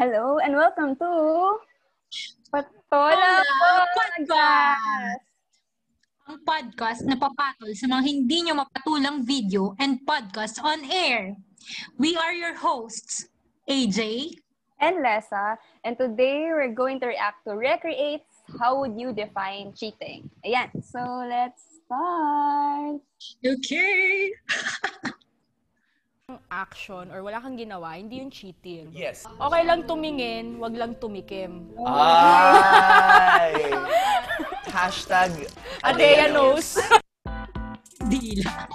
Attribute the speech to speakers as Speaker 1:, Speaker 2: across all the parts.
Speaker 1: Hello and welcome to Patola
Speaker 2: Hola,
Speaker 1: Podcast!
Speaker 2: Ang podcast na papatol sa mga hindi nyo mapatulang video and podcast on air. We are your hosts, AJ,
Speaker 1: And Lesa, and today we're going to react to Recreates How Would You Define Cheating? Ayan, so let's start!
Speaker 2: okay,
Speaker 3: yung action or wala kang ginawa, hindi yung cheating.
Speaker 4: Yes.
Speaker 3: Okay lang tumingin, wag lang tumikim.
Speaker 4: Ay! Hashtag
Speaker 3: Adea knows.
Speaker 2: Dila.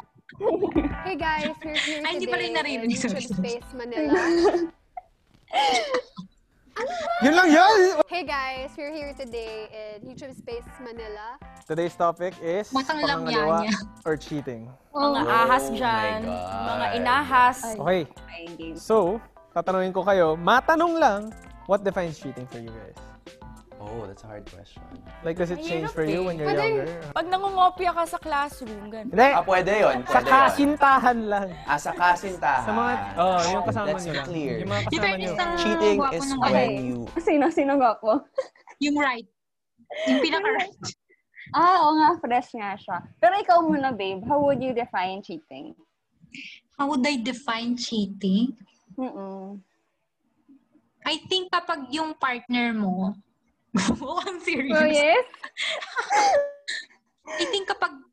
Speaker 5: Hey guys, we're here
Speaker 2: Ay, hindi
Speaker 5: today
Speaker 2: pala yung narinig.
Speaker 5: in YouTube
Speaker 2: Sorry, sorry.
Speaker 5: Space Manila.
Speaker 6: Yun lang yan!
Speaker 5: hey guys, we're here today in YouTube Space Manila.
Speaker 6: Today's topic is
Speaker 2: Matang
Speaker 6: pangangalawa
Speaker 2: lamyan niya.
Speaker 6: or cheating.
Speaker 3: Mga
Speaker 4: Oh
Speaker 3: ahas
Speaker 4: my
Speaker 3: dyan,
Speaker 4: God.
Speaker 3: mga inahas.
Speaker 6: Okay,
Speaker 1: Okay, game.
Speaker 6: so, tatanungin ko kayo, matanong lang, what defines cheating for you guys?
Speaker 4: Oh, that's a hard question.
Speaker 6: Like, does it change
Speaker 3: Mahirap
Speaker 6: for you
Speaker 3: eh.
Speaker 6: when you're
Speaker 5: Pwede.
Speaker 6: younger?
Speaker 3: Pag nangungopia ka sa classroom, ganun.
Speaker 6: Hindi!
Speaker 4: Ah, pwede yun. Pwede
Speaker 6: Sa
Speaker 4: yun.
Speaker 6: kasintahan lang.
Speaker 4: Ah, sa kasintahan.
Speaker 6: Sa mga, oh, yung kasama
Speaker 4: That's
Speaker 6: nyo lang.
Speaker 4: clear.
Speaker 6: Yung mga
Speaker 2: Yung
Speaker 6: kasama nyo.
Speaker 2: fairness ng
Speaker 4: Cheating
Speaker 2: gwapo
Speaker 4: is
Speaker 2: ng
Speaker 4: when
Speaker 2: okay.
Speaker 1: Okay.
Speaker 4: you...
Speaker 1: Sino, sino nga po?
Speaker 2: Yung right. Yung pinaka-right.
Speaker 1: Ah, oo nga, fresh nga siya. Pero ikaw muna, babe, how would you define cheating?
Speaker 2: How would I define cheating?
Speaker 1: Mm-mm.
Speaker 2: I think kapag yung partner mo, mukhang serious.
Speaker 1: So yes?
Speaker 2: I think kapag,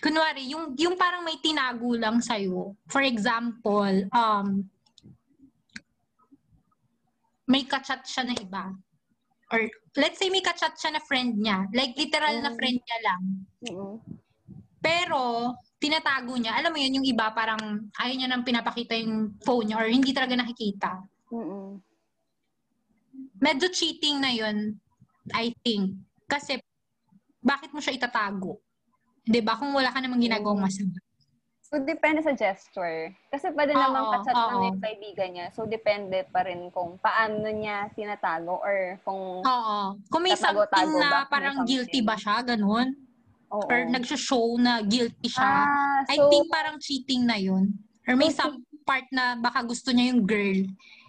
Speaker 2: kunwari, yung, yung parang may tinago lang sa'yo. For example, um, may kachat siya na iba. Or, let's say may kachat siya na friend niya. Like, literal na friend niya lang.
Speaker 1: Mm-mm.
Speaker 2: Pero, tinatago niya. Alam mo yun, yung iba parang ayaw niya nang pinapakita yung phone niya or hindi talaga nakikita.
Speaker 1: Mm-mm.
Speaker 2: Medyo cheating na yun, I think. Kasi, bakit mo siya itatago? 'Di ba Kung wala ka namang ginagawang masama.
Speaker 1: So, depende sa gesture. Kasi pwede
Speaker 2: Oo,
Speaker 1: namang kachat lang
Speaker 2: oo.
Speaker 1: yung kaibigan niya. So, depende pa rin kung paano niya tinatago or kung...
Speaker 2: Ah, Oo. Kung may
Speaker 1: Tatago-tago ba?
Speaker 2: something na
Speaker 1: May
Speaker 2: parang
Speaker 1: something.
Speaker 2: guilty ba siya, ganun?
Speaker 1: Oo.
Speaker 2: Or nag-show na guilty siya.
Speaker 1: Ah,
Speaker 2: I
Speaker 1: so,
Speaker 2: think parang cheating na yun. Or may
Speaker 1: So,
Speaker 2: some part na baka gusto niya yung girl.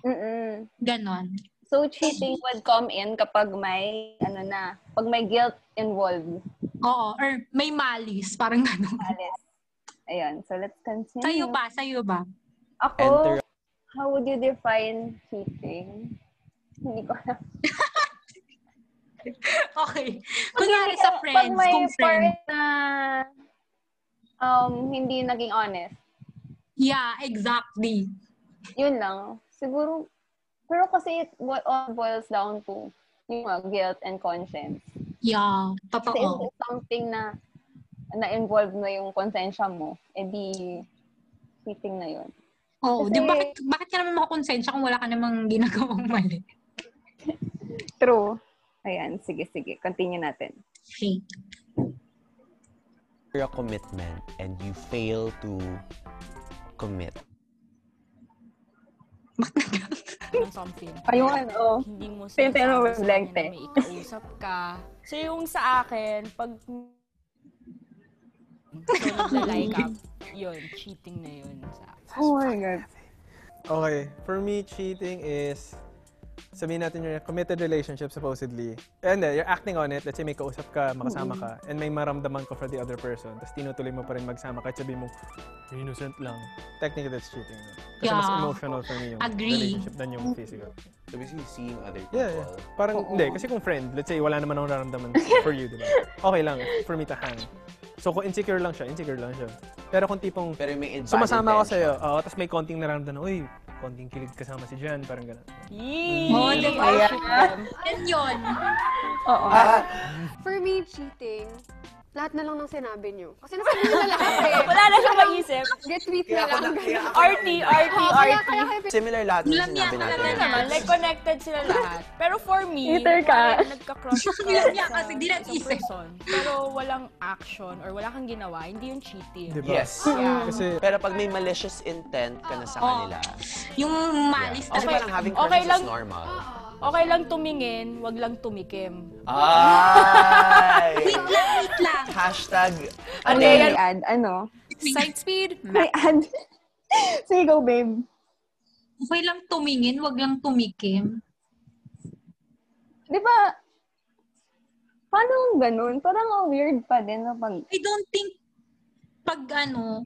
Speaker 1: mm-mm.
Speaker 2: Ganon.
Speaker 1: So, cheating would come in kapag may, ano na, pag may guilt involved.
Speaker 2: Oo. Or may malice. Parang ganon.
Speaker 1: Alice. Ayun. So, let's continue.
Speaker 2: Sa'yo ba? Sa'yo ba?
Speaker 1: Ako,
Speaker 4: Enter.
Speaker 1: how would you define cheating? Hindi ko alam.
Speaker 2: Okay. Kunwari sa
Speaker 1: Pag
Speaker 2: friends.
Speaker 1: may
Speaker 2: Kung friend.
Speaker 1: part na um, hindi naging honest,
Speaker 2: Yeah, exactly.
Speaker 1: yun lang. Siguro, pero kasi it bo- all boils down to yung mga guilt and conscience.
Speaker 2: Yeah.
Speaker 1: Kasi
Speaker 2: Totoo.
Speaker 1: if it's something na na-involve na yung konsensya mo, edi cheating na yun.
Speaker 2: Oo.
Speaker 1: kasi-
Speaker 2: Di ba, bakit, bakit ka naman makakonsensya kung wala ka namang ginagawang mali?
Speaker 1: True. Ayan, sige, sige. Continue natin.
Speaker 2: Okay.
Speaker 4: Your commitment and you fail to commit.
Speaker 3: Ng something.
Speaker 1: Ayun, oh.
Speaker 3: Hindi mo
Speaker 1: Pero- pero
Speaker 3: sinasabi
Speaker 1: walang
Speaker 3: sa
Speaker 1: blank
Speaker 3: kanya na
Speaker 1: eh.
Speaker 3: may ikausap ka. So yung sa akin, pag so, nagla-like up, yun, cheating na yun sa akin.
Speaker 1: Oh my God.
Speaker 6: Okay, for me, cheating is, sabihin natin you're in a committed relationship, supposedly. And then, you're acting on it. Let's say may kausap ka, makasama ka, and may maramdaman ka for the other person. Tapos tinutuloy mo pa rin magsama kahit sabihin mo, "You're innocent lang. Technically, that's cheating. Kasi mas
Speaker 2: Yeah.
Speaker 6: emotional for me yung
Speaker 2: Agree.
Speaker 6: relationship than yung physical.
Speaker 4: So basically, seeing other people.
Speaker 6: Yeah, yeah. Parang, hindi. Kasi kung friend, let's say, wala naman akong nararamdaman for you, di ba? Okay lang, for me to hang. So, kung insecure lang siya, insecure lang siya. Pero kung tipong,
Speaker 4: Pero may invalid
Speaker 6: sumasama ako
Speaker 4: tension.
Speaker 6: sa'yo, oo, tapos may konting nararamdaman, uy, konting kilig kasama si Jan, parang gano'n.
Speaker 3: Yee!
Speaker 1: Oh,
Speaker 2: Oo, di ba?
Speaker 3: I shoot them.
Speaker 2: Yan yun.
Speaker 5: For me, cheating, lahat na lang ng sinabi niyo. Kasi nasabi niyo na lahat eh.
Speaker 3: Wala na siyang maisip.
Speaker 5: Retweet
Speaker 4: Kaya
Speaker 5: na
Speaker 4: ako
Speaker 5: lang.
Speaker 4: na- kaya ako
Speaker 3: RT, RT,
Speaker 5: Oo, kaya,
Speaker 3: RT.
Speaker 5: kaya kayo
Speaker 4: Similar lahat ng
Speaker 2: Lamyan,
Speaker 4: sinabi natin.
Speaker 2: lamyan
Speaker 3: naman, Ah, like connected sila lahat. Pero for me,
Speaker 1: Hater ka.
Speaker 3: parang nagka-crush ka
Speaker 2: Yun niya
Speaker 3: sa
Speaker 2: kasi di
Speaker 3: isang
Speaker 2: nag-isip.
Speaker 3: person, pero walang action or wala kang ginawa, hindi yung cheating.
Speaker 5: Diba?
Speaker 6: Di ba?
Speaker 4: Yes.
Speaker 3: Yeah.
Speaker 6: Kasi,
Speaker 4: Pero pag may malicious intent ka na sa
Speaker 3: Oh,
Speaker 2: Oo.
Speaker 4: kanila.
Speaker 2: Yung
Speaker 4: Yeah.
Speaker 2: malis
Speaker 4: Kasi
Speaker 2: talaga.
Speaker 4: parang having
Speaker 3: Okay
Speaker 4: crushes
Speaker 3: lang.
Speaker 4: is normal.
Speaker 3: Okay lang tumingin, wag lang tumikim.
Speaker 4: Ay!
Speaker 2: Wait lang, wait lang.
Speaker 4: Hashtag
Speaker 1: Ano
Speaker 3: Adele.
Speaker 1: yung ad? Ano?
Speaker 3: Side speed,
Speaker 1: May ad. sige, go, babe.
Speaker 2: Okay lang tumingin, wag lang tumikim.
Speaker 1: Di ba, paano ang ganun? Parang ang weird pa din na pag,
Speaker 2: I don't think, pag ano,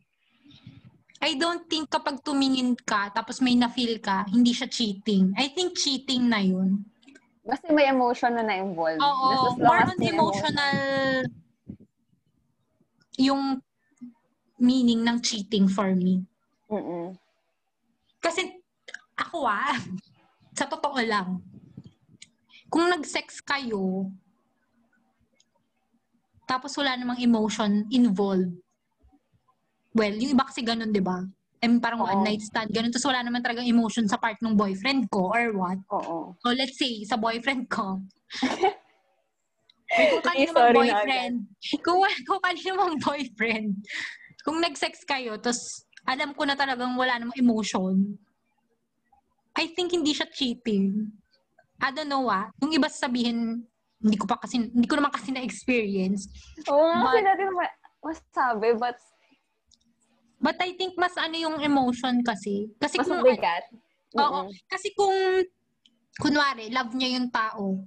Speaker 2: I don't think kapag tumingin ka, tapos may na-feel ka, hindi siya cheating. I think cheating na yun.
Speaker 1: kasi may emotion na na-involved. Just
Speaker 2: Oo,
Speaker 1: as long
Speaker 2: more
Speaker 1: as
Speaker 2: on
Speaker 1: may emotion.
Speaker 2: emotional yung meaning ng cheating for me.
Speaker 1: Mm-mm.
Speaker 2: Kasi ako ah, sa totoo lang, kung nag-sex kayo, tapos wala namang emotion involved, well, yung iba kasi ganun, di ba? I mean, parang
Speaker 1: Oo.
Speaker 2: one night stand, ganun. Tapos wala naman talaga emotion sa part ng boyfriend ko or what.
Speaker 1: Oo.
Speaker 2: So, let's say, sa boyfriend ko.
Speaker 1: Okay,
Speaker 2: kung kanino mong
Speaker 1: sorry na
Speaker 2: boyfriend, kung, kung kanino mong boyfriend, kung nag-sex kayo, tapos alam ko na talagang wala namang emotion, I think hindi siya cheating. I don't know ah. Yung iba sabihin, hindi ko pa kasi, hindi ko naman kasi na-experience.
Speaker 1: Oo nga, kasi
Speaker 2: But-
Speaker 1: dati ma- masabi, but
Speaker 2: But I think mas ano yung emotion kasi. Kasi
Speaker 1: mas
Speaker 2: kung
Speaker 1: mabigat.
Speaker 2: Oo.
Speaker 1: Mm-mm.
Speaker 2: Kasi kung, kunwari, love niya yung tao,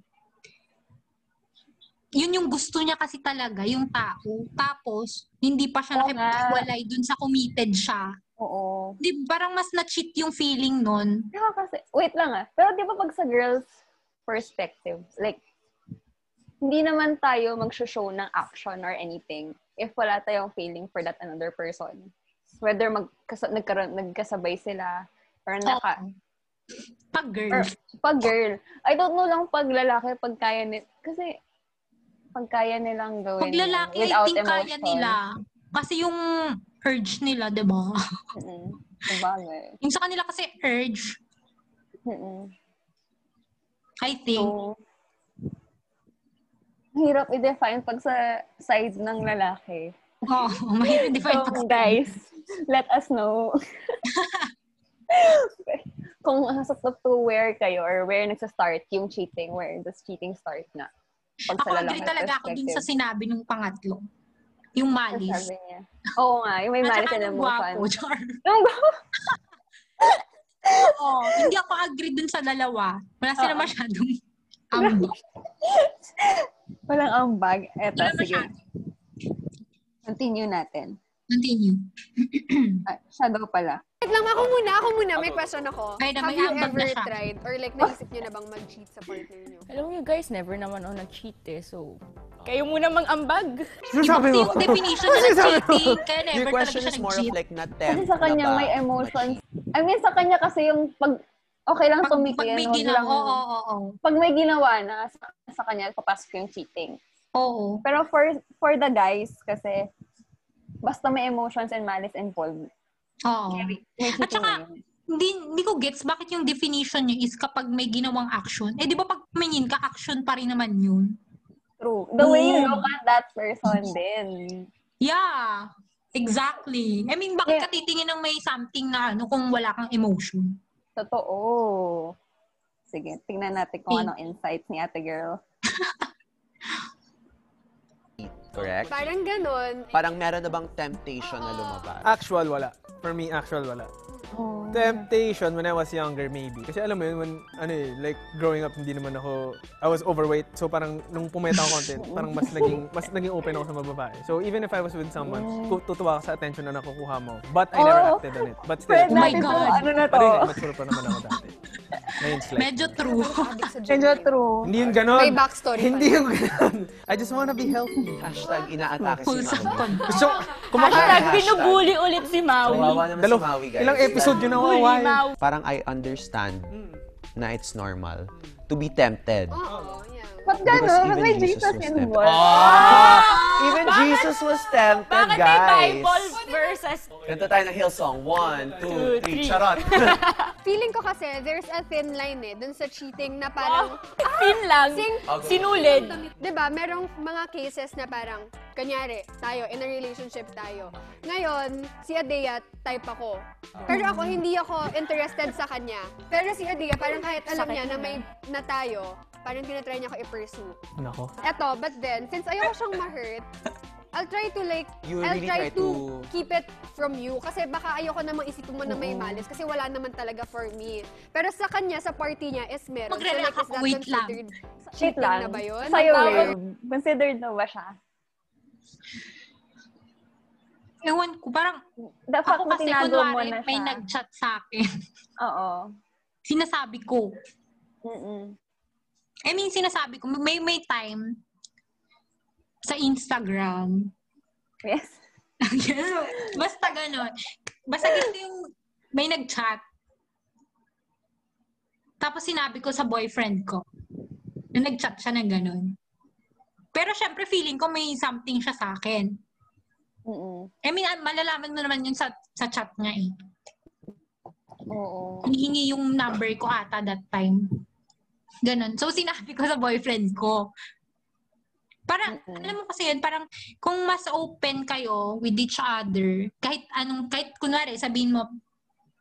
Speaker 2: yun yung gusto niya kasi talaga, yung tao. Tapos, hindi pa siya
Speaker 1: Oo
Speaker 2: nakipaghiwalay dun sa committed siya.
Speaker 1: Oo.
Speaker 2: Di, parang mas na-cheat yung feeling nun.
Speaker 1: Di ba kasi, wait lang ah. Pero di ba pag sa girls' perspective, like, hindi naman tayo mag-show ng action or anything if wala tayong feeling for that another person. Whether magkas- nagkaroon, nagkasabay sila or naka,
Speaker 2: Oo. Pag girl.
Speaker 1: Or- pag girl, I don't know lang pag lalaki, pag kaya nit kasi pag kaya nilang gawin.
Speaker 2: pag
Speaker 1: yun
Speaker 2: lalaki, I
Speaker 1: without
Speaker 2: think kaya
Speaker 1: emotion.
Speaker 2: nila. Kasi yung urge nila, di ba?
Speaker 1: Mm-mm. Sabagay.
Speaker 2: yung sa kanila kasi urge,
Speaker 1: Mm-mm.
Speaker 2: I think.
Speaker 1: So, hirap i-define pag sa side ng lalaki.
Speaker 2: Oo, mahirap define
Speaker 1: So,
Speaker 2: pag
Speaker 1: guys, let us know kung sa top to where kayo or where nagsa-start yung cheating, where does cheating start na? Pag
Speaker 2: Ako agree
Speaker 1: lalaki
Speaker 2: talaga ako dun sa
Speaker 1: perspective.
Speaker 2: sinabi ng pangatlo. Yung malis.
Speaker 1: Sabi niya. Oo nga, yung may malice and
Speaker 2: nung
Speaker 1: emotion.
Speaker 2: gwapo, Char.
Speaker 1: Nung
Speaker 2: Oo, hindi ako agree dun sa dalawa. Wala sila
Speaker 1: Oo.
Speaker 2: masyadong ambo.
Speaker 1: Walang ambag. Eto,
Speaker 2: Wala
Speaker 1: sige.
Speaker 2: masyado.
Speaker 1: Continue natin.
Speaker 2: Continue.
Speaker 1: Ah, shadow pala.
Speaker 5: Wait lang, ako muna, ako muna. May question ako.
Speaker 2: Ay, na,
Speaker 5: Have
Speaker 2: may
Speaker 5: you
Speaker 2: ambag
Speaker 5: ever
Speaker 2: na siya.
Speaker 5: tried or like naisip niyo na bang mag-cheat sa partner niyo?
Speaker 4: Alam mo, you guys, never naman ako nag-cheat eh. So, kayo muna mang-ambag.
Speaker 6: Sinasabi mo.
Speaker 2: Yung definition na cheating, kaya
Speaker 7: Your
Speaker 2: never talaga
Speaker 7: question
Speaker 2: siya
Speaker 7: is more of
Speaker 2: nag-cheat.
Speaker 7: like na
Speaker 1: Kasi
Speaker 7: tempt
Speaker 4: Ano
Speaker 1: sa kanya
Speaker 7: na ba
Speaker 1: may
Speaker 7: na
Speaker 1: emotions.
Speaker 7: cheat?
Speaker 1: I mean, sa kanya kasi yung pag okay lang
Speaker 2: Pag,
Speaker 1: tumigil.
Speaker 2: pag may
Speaker 1: wag
Speaker 2: ginawa,
Speaker 1: lang-
Speaker 2: oo, oo, oo.
Speaker 1: Pag may ginawa na, sa, sa kanya papasok yung cheating.
Speaker 2: Oo.
Speaker 1: Pero for for the guys, kasi basta may emotions and malice involved.
Speaker 2: Oo.
Speaker 1: May cheating
Speaker 2: At saka,
Speaker 1: na yun.
Speaker 2: Hindi, hindi ko gets bakit yung definition niya is kapag may ginawang action. Eh, di ba pag tumingin ka, action pa rin naman yun?
Speaker 1: True. The way you
Speaker 2: Mm.
Speaker 1: look at that person din.
Speaker 2: Yeah, exactly. I mean, bakit
Speaker 1: Yeah.
Speaker 2: ka titingin ng may something na ano kung wala kang emotion?
Speaker 1: Totoo. Sige, tingnan natin kung
Speaker 2: Okay.
Speaker 1: anong insights ni ate girl.
Speaker 7: Correct?
Speaker 5: Parang ganun.
Speaker 7: Parang meron na bang temptation na lumabas?
Speaker 6: Actual, wala. For me, actual, wala.
Speaker 1: Oh,
Speaker 6: Temptation when I was younger, maybe. Kasi alam mo yun, when, ano eh, like, growing up, hindi naman ako, I was overweight. So parang, nung pumayat ako konti, parang mas naging, mas naging open ako sa mga babae. So even if I was with someone, tu- tutuwa ako sa attention na nakukuha mo. But I never
Speaker 1: Oh.
Speaker 6: acted on it. But still,
Speaker 1: Fred,
Speaker 2: Oh my
Speaker 1: natin
Speaker 2: God.
Speaker 1: to, ano na to?
Speaker 6: Ano yun, mature pa naman ako dati. Ngayon, slight.
Speaker 2: Medyo true.
Speaker 5: Sa
Speaker 1: Medyo
Speaker 5: journey.
Speaker 1: true.
Speaker 6: Hindi yun ganon.
Speaker 5: May backstory pa.
Speaker 6: Hindi yun ganon. I just wanna be healthy.
Speaker 7: Hashtag inaatake
Speaker 2: Full
Speaker 7: si Maui.
Speaker 2: sakon.
Speaker 6: So, kumakain.
Speaker 4: Hashtag binubuli ulit si Maui.
Speaker 7: Kawawa naman si
Speaker 6: Dalaw-
Speaker 7: Maui, guys.
Speaker 6: Ilang episode yun
Speaker 4: Bully
Speaker 6: nawawayan.
Speaker 4: Maui.
Speaker 7: Parang I understand na it's normal to be tempted.
Speaker 5: Oo, yeah.
Speaker 1: Ba't
Speaker 7: Because
Speaker 1: gano'n? Ba't
Speaker 7: even
Speaker 1: may
Speaker 7: Jesus
Speaker 1: Jesus
Speaker 7: was
Speaker 1: involved?
Speaker 7: tempted. Ah! Even Jesus was tempted,
Speaker 4: Bakit may
Speaker 7: guys.
Speaker 4: Bible verses?
Speaker 7: Kanta tayo ng Hillsong. One, two, three.
Speaker 4: three.
Speaker 7: Charot.
Speaker 5: Feeling ko kasi, there's a thin line eh, dun sa cheating
Speaker 3: Oh,
Speaker 5: na
Speaker 2: Oh.
Speaker 5: parang,
Speaker 4: Pin lang.
Speaker 5: Sing-
Speaker 4: Sinulid.
Speaker 5: di ba, Diba, merong mga cases na parang, kanyari, tayo, in a relationship tayo. Ngayon, si Adea, type ako. Pero ako, hindi ako interested sa kanya. Pero si Adea, parang kahit alam niya na may na tayo, parang tinatry niya ako i-pursue.
Speaker 6: Nako.
Speaker 5: Eto, but then, since ayoko siyang ma-hurt, I'll try to like,
Speaker 7: You
Speaker 5: I'll
Speaker 7: really
Speaker 5: try,
Speaker 7: try
Speaker 5: to,
Speaker 7: to-
Speaker 5: keep it from you. Kasi baka ayoko namang isipin mo na may malis. Kasi wala naman talaga for me. Pero sa kanya, sa party niya, is meron.
Speaker 2: Magrelak
Speaker 5: is
Speaker 2: ako, wait lang.
Speaker 5: considered-
Speaker 1: Cheat
Speaker 5: Cheating
Speaker 1: lang.
Speaker 5: na ba yun?
Speaker 1: Sa'yo, eh.
Speaker 5: Ang tawag-
Speaker 1: babe. Considered na ba siya?
Speaker 2: Ewan ko, parang
Speaker 1: The fact na
Speaker 2: ako kasi
Speaker 1: tinago mo
Speaker 2: kunwari
Speaker 1: na siya.
Speaker 2: may nag-chat sa akin.
Speaker 1: Oo.
Speaker 2: sinasabi ko.
Speaker 1: Mm-mm.
Speaker 2: I mean, sinasabi ko. May, may time sa Instagram.
Speaker 1: Yes.
Speaker 2: Basta ganun. Basta ganito yung may nag-chat. Tapos sinabi ko sa boyfriend ko na nag-chat siya ng ganun. Pero syempre feeling ko may something siya sa akin.
Speaker 1: Mm-mm.
Speaker 2: I mean, ah, malalaman mo naman yun sa, sa chat niya eh.
Speaker 1: Oo.
Speaker 2: Hinihingi yung number ko ata that time. Ganun. So, sinabi ko sa boyfriend ko. Parang,
Speaker 1: Mm-mm.
Speaker 2: alam mo kasi yun, parang kung mas open kayo with each other, kahit anong, kahit kunwari, sabihin mo,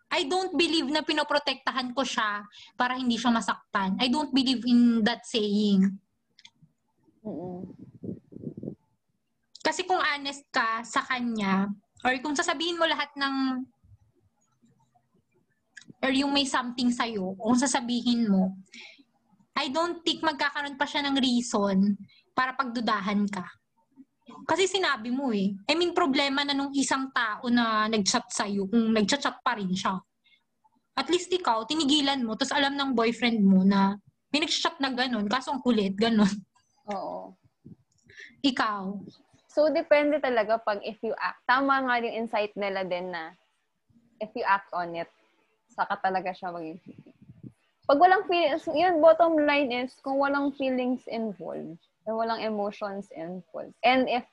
Speaker 2: I don't believe na pinoprotektahan ko siya para hindi siya masaktan. I don't believe in that saying.
Speaker 1: Mm-mm.
Speaker 2: Kasi kung honest ka sa kanya, or kung sasabihin mo lahat ng or yung may something sa'yo, kung sasabihin mo, I don't think magkakaroon pa siya ng reason para pagdudahan ka. Kasi sinabi mo eh. I mean, problema na nung isang tao na nag-chat sa'yo, kung nag-chat pa rin siya. At least ikaw, tinigilan mo, tapos alam ng boyfriend mo na may nag-chat na ganun, kaso ang kulit, ganun.
Speaker 1: Oo.
Speaker 2: Ikaw,
Speaker 1: So, depende talaga pag if you act. Tama nga yung insight nila din na if you act on it, saka talaga siya maging feeling. Pag walang feelings, yun, bottom line is, kung walang feelings involved, and walang emotions involved, and if,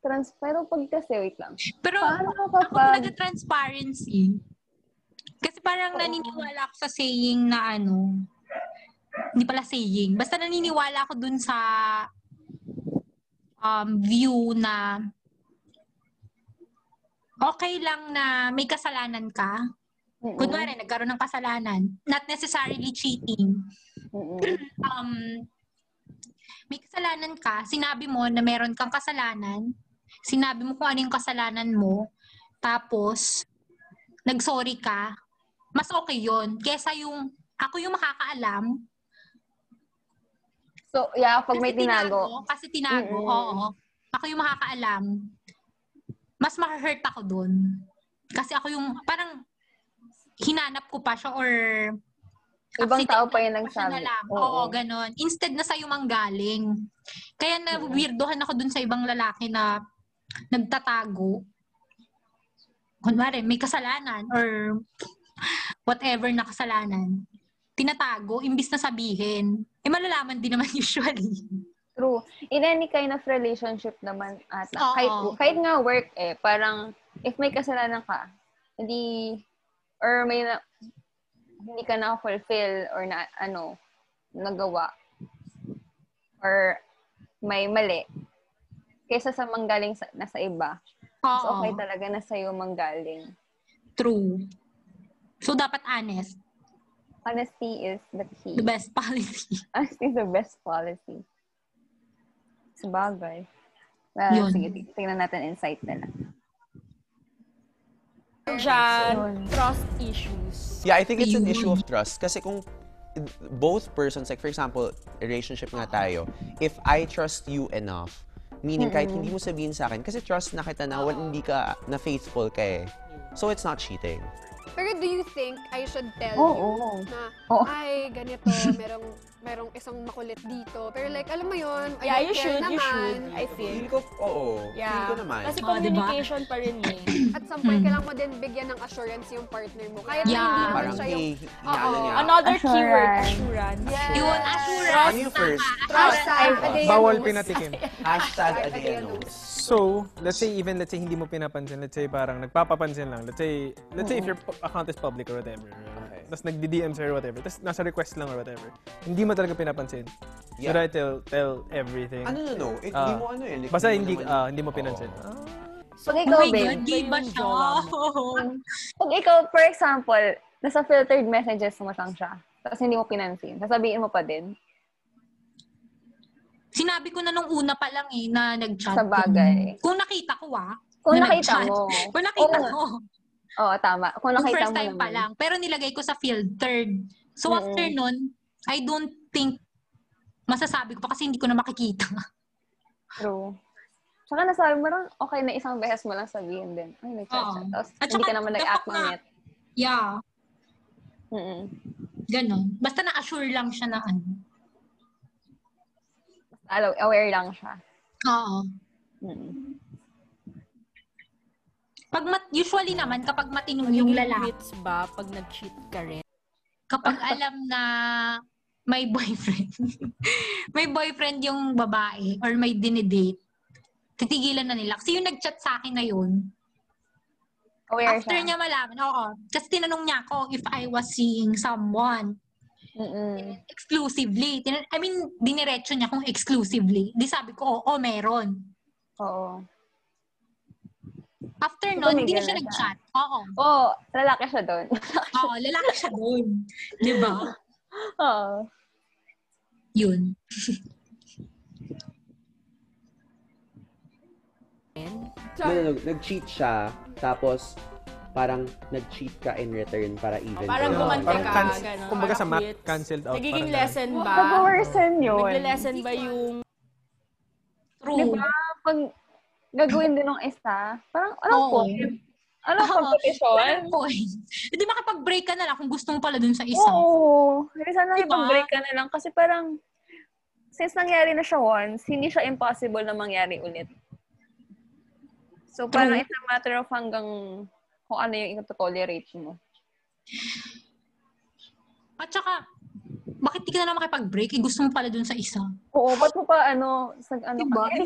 Speaker 1: trans, pero pag kasi, wait lang,
Speaker 2: Pero
Speaker 1: Paano
Speaker 2: ako
Speaker 1: kapag-
Speaker 2: talaga transparency. Kasi parang naniniwala ako sa saying na ano, hindi pala saying, basta naniniwala ako dun sa um, view na okay lang na may kasalanan ka.
Speaker 1: Mm-mm.
Speaker 2: Kunwari, nagkaroon ng kasalanan. Not necessarily cheating
Speaker 1: Mm-mm.
Speaker 2: um, may kasalanan ka, sinabi mo na meron kang kasalanan, sinabi mo kung ano yung kasalanan mo, tapos, nag-sorry ka, mas okay yon kesa yung, ako yung makakaalam.
Speaker 1: So, yeah, pag may
Speaker 2: kasi
Speaker 1: tinago.
Speaker 2: Kasi tinago,
Speaker 1: Mm-mm.
Speaker 2: oo. Ako yung makakaalam. Mas ma-hurt ako dun. Kasi ako yung, parang, hinanap ko pa siya or
Speaker 1: Ibang tao pa yung
Speaker 2: Accidental ko siya
Speaker 1: nagsabi.
Speaker 2: nalam.
Speaker 1: Oo.
Speaker 2: Oo, ganun. Instead na sa'yo manggaling. Kaya na-weirdohan ako dun sa ibang lalaki na nagtatago. Kunwari, may kasalanan or whatever na kasalanan. Tinatago, imbis na sabihin. Eh, malalaman din naman usually.
Speaker 1: True. In any kind of relationship naman ata.
Speaker 2: Oo.
Speaker 1: Kahit, kahit nga work eh, parang if may kasalanan ka, hindi, or may na, hindi ka na-fulfill or na, ano, nagawa, or may mali, kaysa sa manggaling sa, nasa iba, mas
Speaker 2: Oo,
Speaker 1: okay talaga na sa'yo manggaling.
Speaker 2: true. So, dapat honest.
Speaker 1: Honesty is the key.
Speaker 2: The best policy.
Speaker 1: Honesty is the best policy. Sabagay. Well, Ah,
Speaker 2: Yun.
Speaker 1: sige, tig- tingnan natin insight nila.
Speaker 4: Diyan, trust issues.
Speaker 7: Yeah, I think it's an
Speaker 2: Yun.
Speaker 7: issue of trust. Kasi kung both persons, like for example, relationship nga tayo, if I trust you enough, meaning kahit hindi mo sabihin sa akin, kasi trust na kita na wal- hindi ka na faithful ka eh. So it's not cheating.
Speaker 5: Pero do you think I should tell
Speaker 1: Oo.
Speaker 5: you
Speaker 1: oo.
Speaker 5: na,
Speaker 1: Oo.
Speaker 5: ay, ganito, merong, merong isang makulit dito. Pero like, alam mo yun, I
Speaker 4: Yeah,
Speaker 5: don't
Speaker 4: you
Speaker 5: care
Speaker 4: should, you
Speaker 5: naman.
Speaker 4: should. I
Speaker 7: Feel
Speaker 4: think.
Speaker 7: ko, oo. Feel
Speaker 4: Yeah.
Speaker 7: ko naman.
Speaker 4: Kasi
Speaker 2: Oh, diba?
Speaker 4: communication pa rin eh.
Speaker 5: At some point, kailangan mo din bigyan ng assurance yung partner mo. Kaya
Speaker 2: Yeah.
Speaker 5: hindi naman
Speaker 7: Parang,
Speaker 5: siya yung...
Speaker 7: hey, inaano
Speaker 5: Oo.
Speaker 7: niya.
Speaker 4: Another
Speaker 1: Assurance.
Speaker 4: keyword, assurance.
Speaker 5: Yes.
Speaker 2: Yun,
Speaker 7: Ano
Speaker 2: assurance.
Speaker 7: yung first?
Speaker 5: Trust
Speaker 1: Ay,
Speaker 5: and adeyanos.
Speaker 6: Bawal
Speaker 1: ano,
Speaker 6: pinatikim.
Speaker 7: Hashtag Adenos.
Speaker 6: So, let's say even let's say hindi mo pinapansin, let's say parang nagpapapansin lang. Let's say let's say if your pu- account is public or whatever.
Speaker 7: Okay.
Speaker 6: Tapos nagdi-DM sa'yo or whatever. Tapos nasa request lang or whatever. Hindi mo talaga pinapansin.
Speaker 7: Yeah.
Speaker 6: Should I tell tell everything?
Speaker 7: Ano no, no. Eh,
Speaker 6: Ah.
Speaker 7: Hindi mo ano eh. like,
Speaker 6: Basta hindi
Speaker 7: naman- Oh.
Speaker 6: ah, hindi mo pinansin.
Speaker 7: Oo.
Speaker 6: Ah,
Speaker 1: Pag
Speaker 2: Oh
Speaker 1: ikaw,
Speaker 2: my
Speaker 1: babe,
Speaker 2: God, gay ba siya?
Speaker 1: pag ikaw, for example, nasa filtered messages mo lang siya, tapos hindi mo pinansin, sasabihin mo pa din,
Speaker 2: Sinabi ko na nung una pa lang eh, na nag-chat.
Speaker 1: Sa bagay.
Speaker 2: Kung nakita ko ah.
Speaker 1: Kung
Speaker 2: na
Speaker 1: nakita
Speaker 2: nag-chat.
Speaker 1: mo.
Speaker 2: Kung nakita
Speaker 1: Oo.
Speaker 2: ko.
Speaker 1: oo, tama. Kung
Speaker 2: Kung
Speaker 1: nakita
Speaker 2: first
Speaker 1: mo
Speaker 2: time pa
Speaker 1: naman.
Speaker 2: lang. Pero nilagay ko sa filtered. So
Speaker 1: Mm-mm.
Speaker 2: after nun, I don't think masasabi ko pa kasi hindi ko na makikita.
Speaker 1: True. Tsaka nasabi mo rin, okay na isang beses mo lang sabihin din. Ay, nag-chat
Speaker 2: Oo.
Speaker 1: siya. Tapos
Speaker 2: At
Speaker 1: hindi
Speaker 2: saka,
Speaker 1: ka naman nag-act
Speaker 2: dapat
Speaker 1: ng
Speaker 2: nga.
Speaker 1: net.
Speaker 2: yeah,
Speaker 1: Mm-mm.
Speaker 2: ganun. Basta na-assure lang siya na ano.
Speaker 1: Alam, aware lang siya.
Speaker 2: Oo.
Speaker 1: Mm-mm.
Speaker 2: Pag mat, usually naman, kapag matino yung
Speaker 4: Magiging
Speaker 2: lalaki,
Speaker 4: limits ba pag nag-cheat ka rin?
Speaker 2: kapag alam na may boyfriend, may boyfriend yung babae or may dinidate, titigilan na nila. Kasi yung nag-chat sa akin na yun,
Speaker 1: Aware
Speaker 2: after
Speaker 1: siya.
Speaker 2: niya malaman, oo. Kasi tinanong niya ako if I was seeing someone
Speaker 1: Mm-mm.
Speaker 2: exclusively. Tin- I mean, diniretso niya kung exclusively. Di sabi ko, oo, meron.
Speaker 1: Oo.
Speaker 2: After
Speaker 1: Ito,
Speaker 2: nun,
Speaker 1: may
Speaker 2: hindi na
Speaker 1: ganun
Speaker 2: siya
Speaker 1: siya.
Speaker 2: nag-chat. Oo.
Speaker 1: Oo, lalaki siya doon.
Speaker 2: Oo, lalaki siya doon. Di ba?
Speaker 1: Oo.
Speaker 2: Yun.
Speaker 7: No, no, no. Nag-cheat siya, tapos parang nag-cheat ka in return para even.
Speaker 3: Oh, parang
Speaker 7: down.
Speaker 3: gumante
Speaker 6: Parang
Speaker 3: ka.
Speaker 6: cance-
Speaker 3: ganun.
Speaker 6: kumbaga sa
Speaker 3: Parang
Speaker 6: map,
Speaker 3: quits.
Speaker 6: cancelled out,
Speaker 3: Nagiging
Speaker 6: parang ganun.
Speaker 3: lesson
Speaker 2: Diba?
Speaker 3: ba?
Speaker 1: Nag-worsen yun.
Speaker 3: Nagle-lesson ba yung...
Speaker 1: Di
Speaker 2: True.
Speaker 1: ba? Pag gagawin din ng isa, parang, anong
Speaker 2: Oo.
Speaker 1: point? Anong
Speaker 2: Oo.
Speaker 1: Ano, competition?
Speaker 2: Parang point. Di ba kapag break ka na lang kung gusto mo pala dun sa isa?
Speaker 1: Oo. Kasi sana
Speaker 2: Diba?
Speaker 1: ipag-break ka na lang kasi parang since nangyari na siya once, hindi siya impossible na mangyari ulit. So, parang it's a matter of hanggang kung ano yung ito-tolerate mo.
Speaker 2: At saka, bakit di ka na lang makipag-break? Eh, gusto mo pala dun sa isa.
Speaker 1: Oo, ba't mo pa ano, sag, ano
Speaker 2: Diba?
Speaker 1: kasi,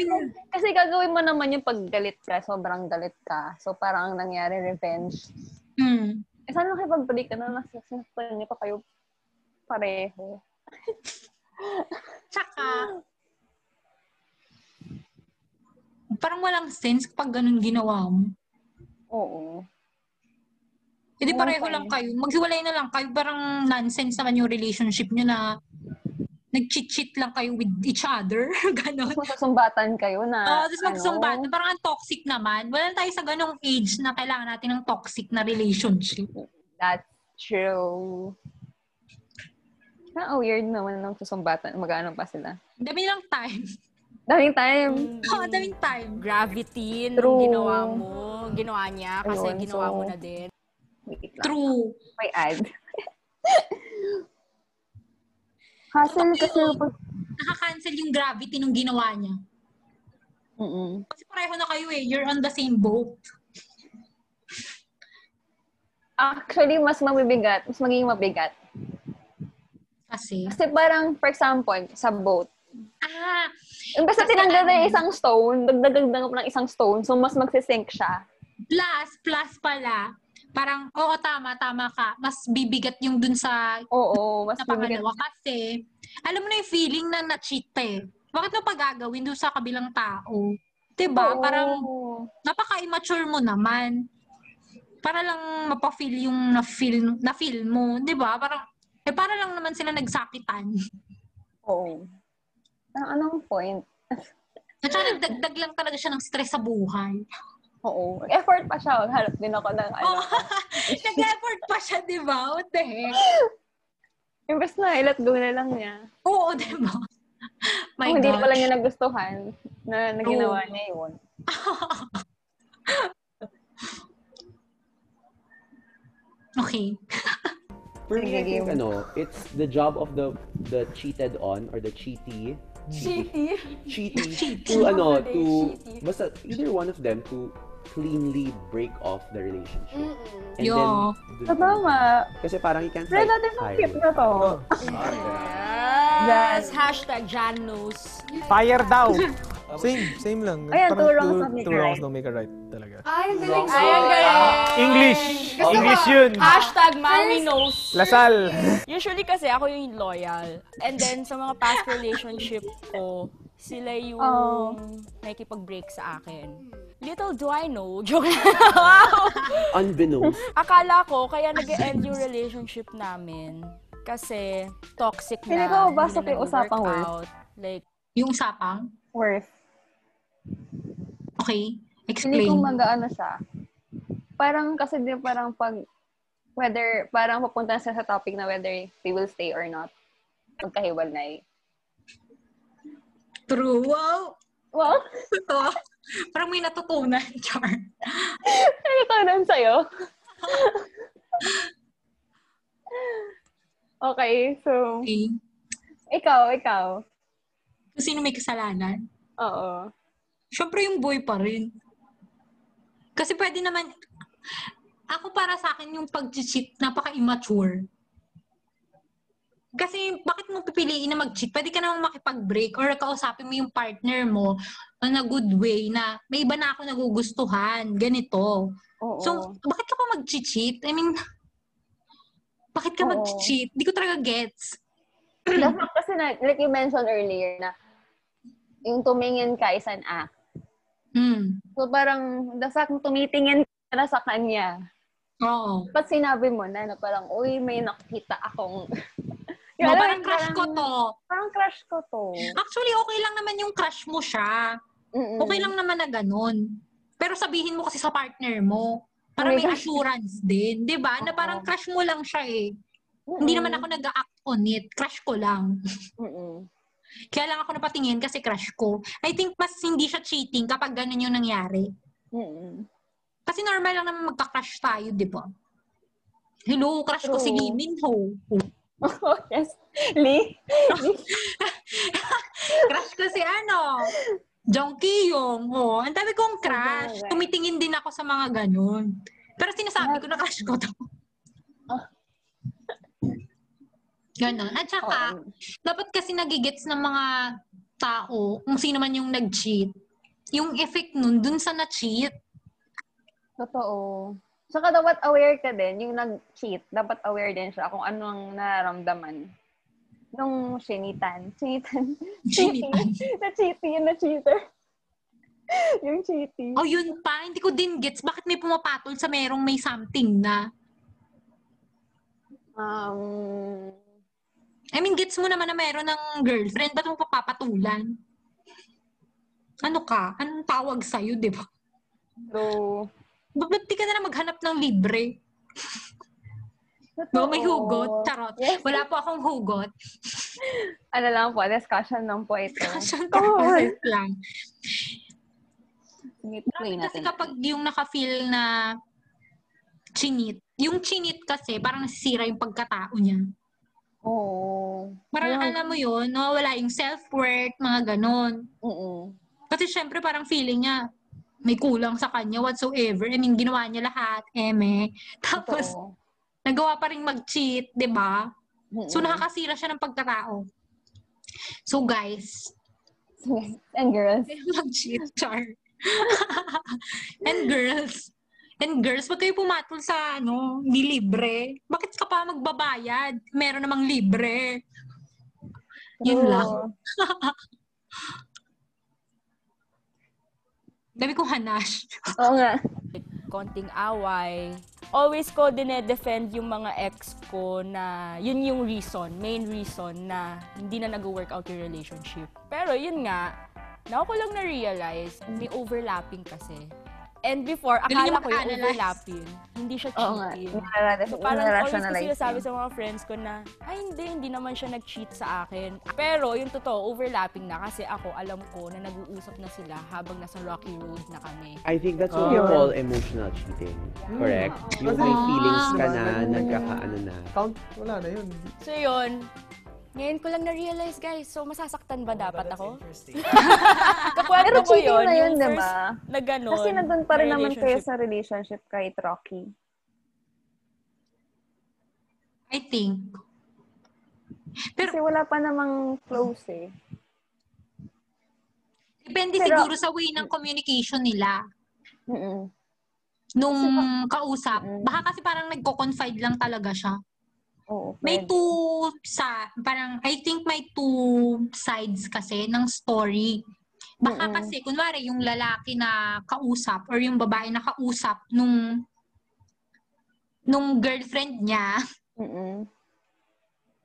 Speaker 1: kasi gagawin mo naman yung paggalit ka, sobrang galit ka. So, parang ang nangyari, revenge.
Speaker 2: Hmm.
Speaker 1: Eh, sana nakipag-break ka na lang sa niyo pa kayo pareho.
Speaker 2: Tsaka,
Speaker 1: Hmm.
Speaker 2: parang walang sense kapag ganun ginawa mo.
Speaker 1: Oo.
Speaker 2: Hindi
Speaker 1: Walang
Speaker 2: pareho
Speaker 1: point.
Speaker 2: lang kayo. Maghiwalay na lang kayo. Parang nonsense naman yung relationship nyo na nag-cheat-cheat lang kayo with each other. Ganon.
Speaker 1: Tapos magsusumbatan kayo na.
Speaker 2: Oo, tapos
Speaker 1: ano,
Speaker 2: magsumbat. Parang ang toxic naman. Wala tayo sa ganong age na kailangan natin ng toxic na relationship.
Speaker 1: That's true. Ah, weird naman ng susumbatan. Mag-ano pa sila.
Speaker 2: Ang Dami lang time.
Speaker 1: Daming time.
Speaker 2: Oo,
Speaker 1: Mm.
Speaker 2: ang daming time.
Speaker 1: True.
Speaker 3: Gravity nung ginawa mo. Ginawa niya kasi
Speaker 1: Ayun,
Speaker 3: ginawa
Speaker 1: so-
Speaker 3: mo na din.
Speaker 1: Wait lang.
Speaker 2: True.
Speaker 1: May ad. Hassle kasi pag...
Speaker 2: Nakakancel yung gravity nung ginawa niya.
Speaker 1: Mm-mm.
Speaker 2: Kasi pareho na kayo eh. You're on the same boat.
Speaker 1: Actually, mas mabibigat. Mas magiging mabigat.
Speaker 2: Kasi,
Speaker 1: Kasi parang, for example, sa boat.
Speaker 2: ah,
Speaker 1: Imbes na
Speaker 2: Kasi
Speaker 1: tinanggal na yung
Speaker 2: ano?
Speaker 1: isang stone, dagdagdag pa ng isang stone, so mas magsisink siya.
Speaker 2: plus, plus pala, parang, oo, tama, tama ka. Mas bibigat yung dun sa
Speaker 1: Oo, mas
Speaker 2: na
Speaker 1: mabigat.
Speaker 2: pangalawa kasi, alam mo na yung feeling na na-cheat ka eh. Bakit mo pagagawin doon sa kabilang tao? 'Di ba
Speaker 1: Oo.
Speaker 2: Parang napaka-immature mo naman. Para lang mapa-feel yung na-feel, na-feel mo. 'di ba Parang, eh para lang naman sila nagsakitan.
Speaker 1: Oo. Parang anong point?
Speaker 2: At saka nagdagdag lang talaga siya ng stress sa buhay.
Speaker 1: Oo. Effort pa siya. Harap din ako ng ano.
Speaker 2: Oh, nag-effort pa siya, 'di ba What the heck?
Speaker 1: Imbes na, i-let go na lang niya.
Speaker 2: Oo, 'di ba My
Speaker 1: Kung Oh hindi
Speaker 2: gosh. Oh.
Speaker 1: pala niya nagustuhan na, na ginawa niya yun.
Speaker 2: Okay.
Speaker 7: For me, I think,
Speaker 1: Nagiging-
Speaker 7: ano, it's the job of the the cheated on or the cheatee. Cheaty. Cheaty. To, ano, to, basta, either one of them to cleanly break off the relationship. And
Speaker 2: Yo.
Speaker 7: then, dun-
Speaker 1: Tama.
Speaker 7: Kasi parang you can't fight
Speaker 1: Relative ng tip
Speaker 7: fire.
Speaker 1: na to.
Speaker 3: Yes! Hashtag Jan knows.
Speaker 6: Fire daw! same, same lang.
Speaker 1: Ayan, two wrongs
Speaker 6: two-
Speaker 1: don't make a
Speaker 6: two wrongs
Speaker 1: right.
Speaker 6: don't make a right talaga.
Speaker 5: Ay, ang galing.
Speaker 3: Ay, ang
Speaker 7: Ah.
Speaker 3: galing.
Speaker 6: English!
Speaker 5: Gusto
Speaker 6: English
Speaker 5: ko-
Speaker 6: yun!
Speaker 1: Ah!
Speaker 3: Hashtag Mami knows.
Speaker 6: Lasal!
Speaker 3: Usually kasi ako yung loyal. And then sa mga past relationship ko, sila yung
Speaker 1: Oh.
Speaker 3: nakikipag-break sa akin. Little do I know, joke lang.
Speaker 7: Unbeknownst.
Speaker 3: Akala ko, kaya nag-end yung relationship namin. Kasi toxic na.
Speaker 1: Feeling ko,
Speaker 3: hindi na
Speaker 1: basok yung
Speaker 3: nag-work
Speaker 1: usapang worth.
Speaker 3: out. Like,
Speaker 2: Yung sapang?
Speaker 1: Worth.
Speaker 2: Okay.
Speaker 1: Hindi
Speaker 2: Explain.
Speaker 1: ko mag-ano siya. Parang kasi di parang pag whether, parang papunta na siya sa topic na whether they will stay or not. Magkahiwalay.
Speaker 2: True. Wow.
Speaker 1: Well,
Speaker 2: Ito. Parang may natutunan, Char.
Speaker 1: ano to nun sa'yo? okay, so,
Speaker 2: Okay.
Speaker 1: ikaw, ikaw.
Speaker 2: Kung sino may kasalanan.
Speaker 1: Oo.
Speaker 2: syempre yung boy pa rin. Kasi pwede naman, ako para sa akin yung pag-cheat, napaka-immature. Kasi bakit mo pipiliin na mag-cheat? Pwede ka namang makipag-break or kausapin mo yung partner mo on a good way na may iba na ako nagugustuhan, ganito.
Speaker 1: Oo.
Speaker 2: So, bakit ka pa mag-cheat? I mean, bakit ka
Speaker 1: Oo.
Speaker 2: mag-cheat? Hindi ko talaga gets.
Speaker 1: the fact kasi na, like you mentioned earlier na yung tumingin ka is an act.
Speaker 2: Hmm.
Speaker 1: So parang the fact na tumitingin ka na sa kanya.
Speaker 2: Oo.
Speaker 1: Pag sinabi mo na, na parang, uy, may nakita akong...
Speaker 2: No,
Speaker 1: alam mo,
Speaker 2: parang crush ko to.
Speaker 1: Parang crush ko to.
Speaker 2: Actually, okay lang naman yung crush mo siya.
Speaker 1: Mm-mm.
Speaker 2: Okay lang naman na ganun. Pero sabihin mo kasi sa partner mo,
Speaker 1: Oh
Speaker 2: para
Speaker 1: my
Speaker 2: may
Speaker 1: gosh.
Speaker 2: assurance din, 'di ba?
Speaker 1: Oo.
Speaker 2: Na parang crush mo lang siya eh.
Speaker 1: Mm-mm.
Speaker 2: Hindi naman ako nag-act on it, crush ko lang.
Speaker 1: Mm-mm.
Speaker 2: Kaya lang ako napatingin kasi crush ko. I think mas hindi siya cheating kapag ganun yung nangyari.
Speaker 1: Mm-mm.
Speaker 2: Kasi normal lang naman magka-crush tayo, 'di ba? Hello, crush ko
Speaker 1: True.
Speaker 2: si Lee Min Ho.
Speaker 1: Oh, yes. Lee?
Speaker 2: crush ko si ano, Jong Ki-yong. Oh, ang dami kong crush.
Speaker 1: Sabagay.
Speaker 2: Tumitingin din ako sa mga ganun. Pero sinasabi ko na crush ko to. Ah. Ganun. At saka,
Speaker 1: Oo.
Speaker 2: dapat kasi nagigets ng mga tao kung sino man yung nag-cheat. Yung effect nun, dun sa na-cheat.
Speaker 1: Totoo. Saka dapat aware ka din, yung nag-cheat, dapat aware din siya kung anong nararamdaman nung sinitan. Sinitan.
Speaker 2: Chinitan.
Speaker 1: Na-cheaty yung na-cheater. yung cheaty.
Speaker 2: O Oh, yun pa, hindi ko din gets bakit may pumapatol sa merong may something na.
Speaker 1: Um,
Speaker 2: I mean, gets mo naman na meron ng girlfriend, ba't mo papapatulan? Ano ka? Anong tawag sa'yo, di ba?
Speaker 1: so,
Speaker 2: Ba- Ba't di ka na lang maghanap ng libre? No, may hugot. Charot.
Speaker 1: Yes.
Speaker 2: Wala po akong hugot.
Speaker 1: Ano lang po, discussion lang po ito.
Speaker 2: Siyang purposes lang.
Speaker 1: Sige, tuloy
Speaker 2: Kasi
Speaker 1: natin.
Speaker 2: kapag yung naka-feel na chinit, yung chinit kasi parang nasisira yung pagkatao niya.
Speaker 1: Oo.
Speaker 2: Parang
Speaker 1: Yeah.
Speaker 2: alam mo yun, nawawala yung self-worth, mga ganon.
Speaker 1: Mm-mm.
Speaker 2: Kasi syempre parang feeling niya, may kulang sa kanya whatsoever. I mean, ginawa niya lahat, eme. Tapos,
Speaker 1: Totoo.
Speaker 2: nagawa pa rin mag-cheat, di ba?
Speaker 1: Mm-mm.
Speaker 2: So, nakakasira siya ng pagkatao. So, guys,
Speaker 1: Sige. And girls.
Speaker 2: mag-cheat, char. And girls, and girls, wag kayo pumatol sa, ano, hindi libre. Bakit ka pa magbabayad? Meron namang libre. Yun
Speaker 1: True.
Speaker 2: lang. Dami kong hanash.
Speaker 1: Oo nga.
Speaker 3: konting away. Always ko dinedefend yung mga ex ko na yun yung reason, main reason na hindi na nag-work out yung relationship. Pero yun nga, na ko lang na-realize, may overlapping kasi. And before,
Speaker 2: Galing yung
Speaker 3: akala ko yung
Speaker 2: mag-analyze.
Speaker 3: overlapping. Hindi siya
Speaker 1: Oo nga.
Speaker 3: cheating.
Speaker 1: Nararas-
Speaker 3: So, parang always ko
Speaker 1: narationalize
Speaker 3: sinasabi
Speaker 1: mo.
Speaker 3: sa mga friends ko na, ay hindi, hindi naman siya nag-cheat sa akin. Pero yung totoo, overlapping na kasi ako, alam ko na nag-uusap na sila habang nasa rocky road na kami.
Speaker 7: I think that's what we call emotional cheating. Correct? Yung may
Speaker 6: Ah.
Speaker 7: feelings ka na, nagkakaano na.
Speaker 6: Count, wala na yun.
Speaker 3: So yun, ngayon ko lang na-realize guys, so masasaktan ba dapat ako?
Speaker 1: Pero
Speaker 3: Kakwento ko
Speaker 1: cheating
Speaker 3: Ano yun,
Speaker 1: na yun,
Speaker 3: yung
Speaker 1: di
Speaker 3: first
Speaker 1: ba?
Speaker 3: na ganun.
Speaker 1: Kasi nandun pa rin
Speaker 3: na
Speaker 1: naman kayo
Speaker 3: relationship.
Speaker 1: sa relationship kahit Rocky.
Speaker 2: I think.
Speaker 1: Kasi wala pa namang close eh.
Speaker 2: Depende
Speaker 1: Pero-
Speaker 2: siguro sa way ng communication nila.
Speaker 1: Mm-mm.
Speaker 2: Nung kausap. Baka kasi parang nagko-confide lang talaga siya.
Speaker 1: Oo.
Speaker 2: May
Speaker 1: pwede.
Speaker 2: two sa, parang I think may two sides kasi ng story. Baka
Speaker 1: Mm-mm.
Speaker 2: kasi, kunwari, yung lalaki na kausap or yung babae na kausap nung nung girlfriend niya
Speaker 1: Mm-mm.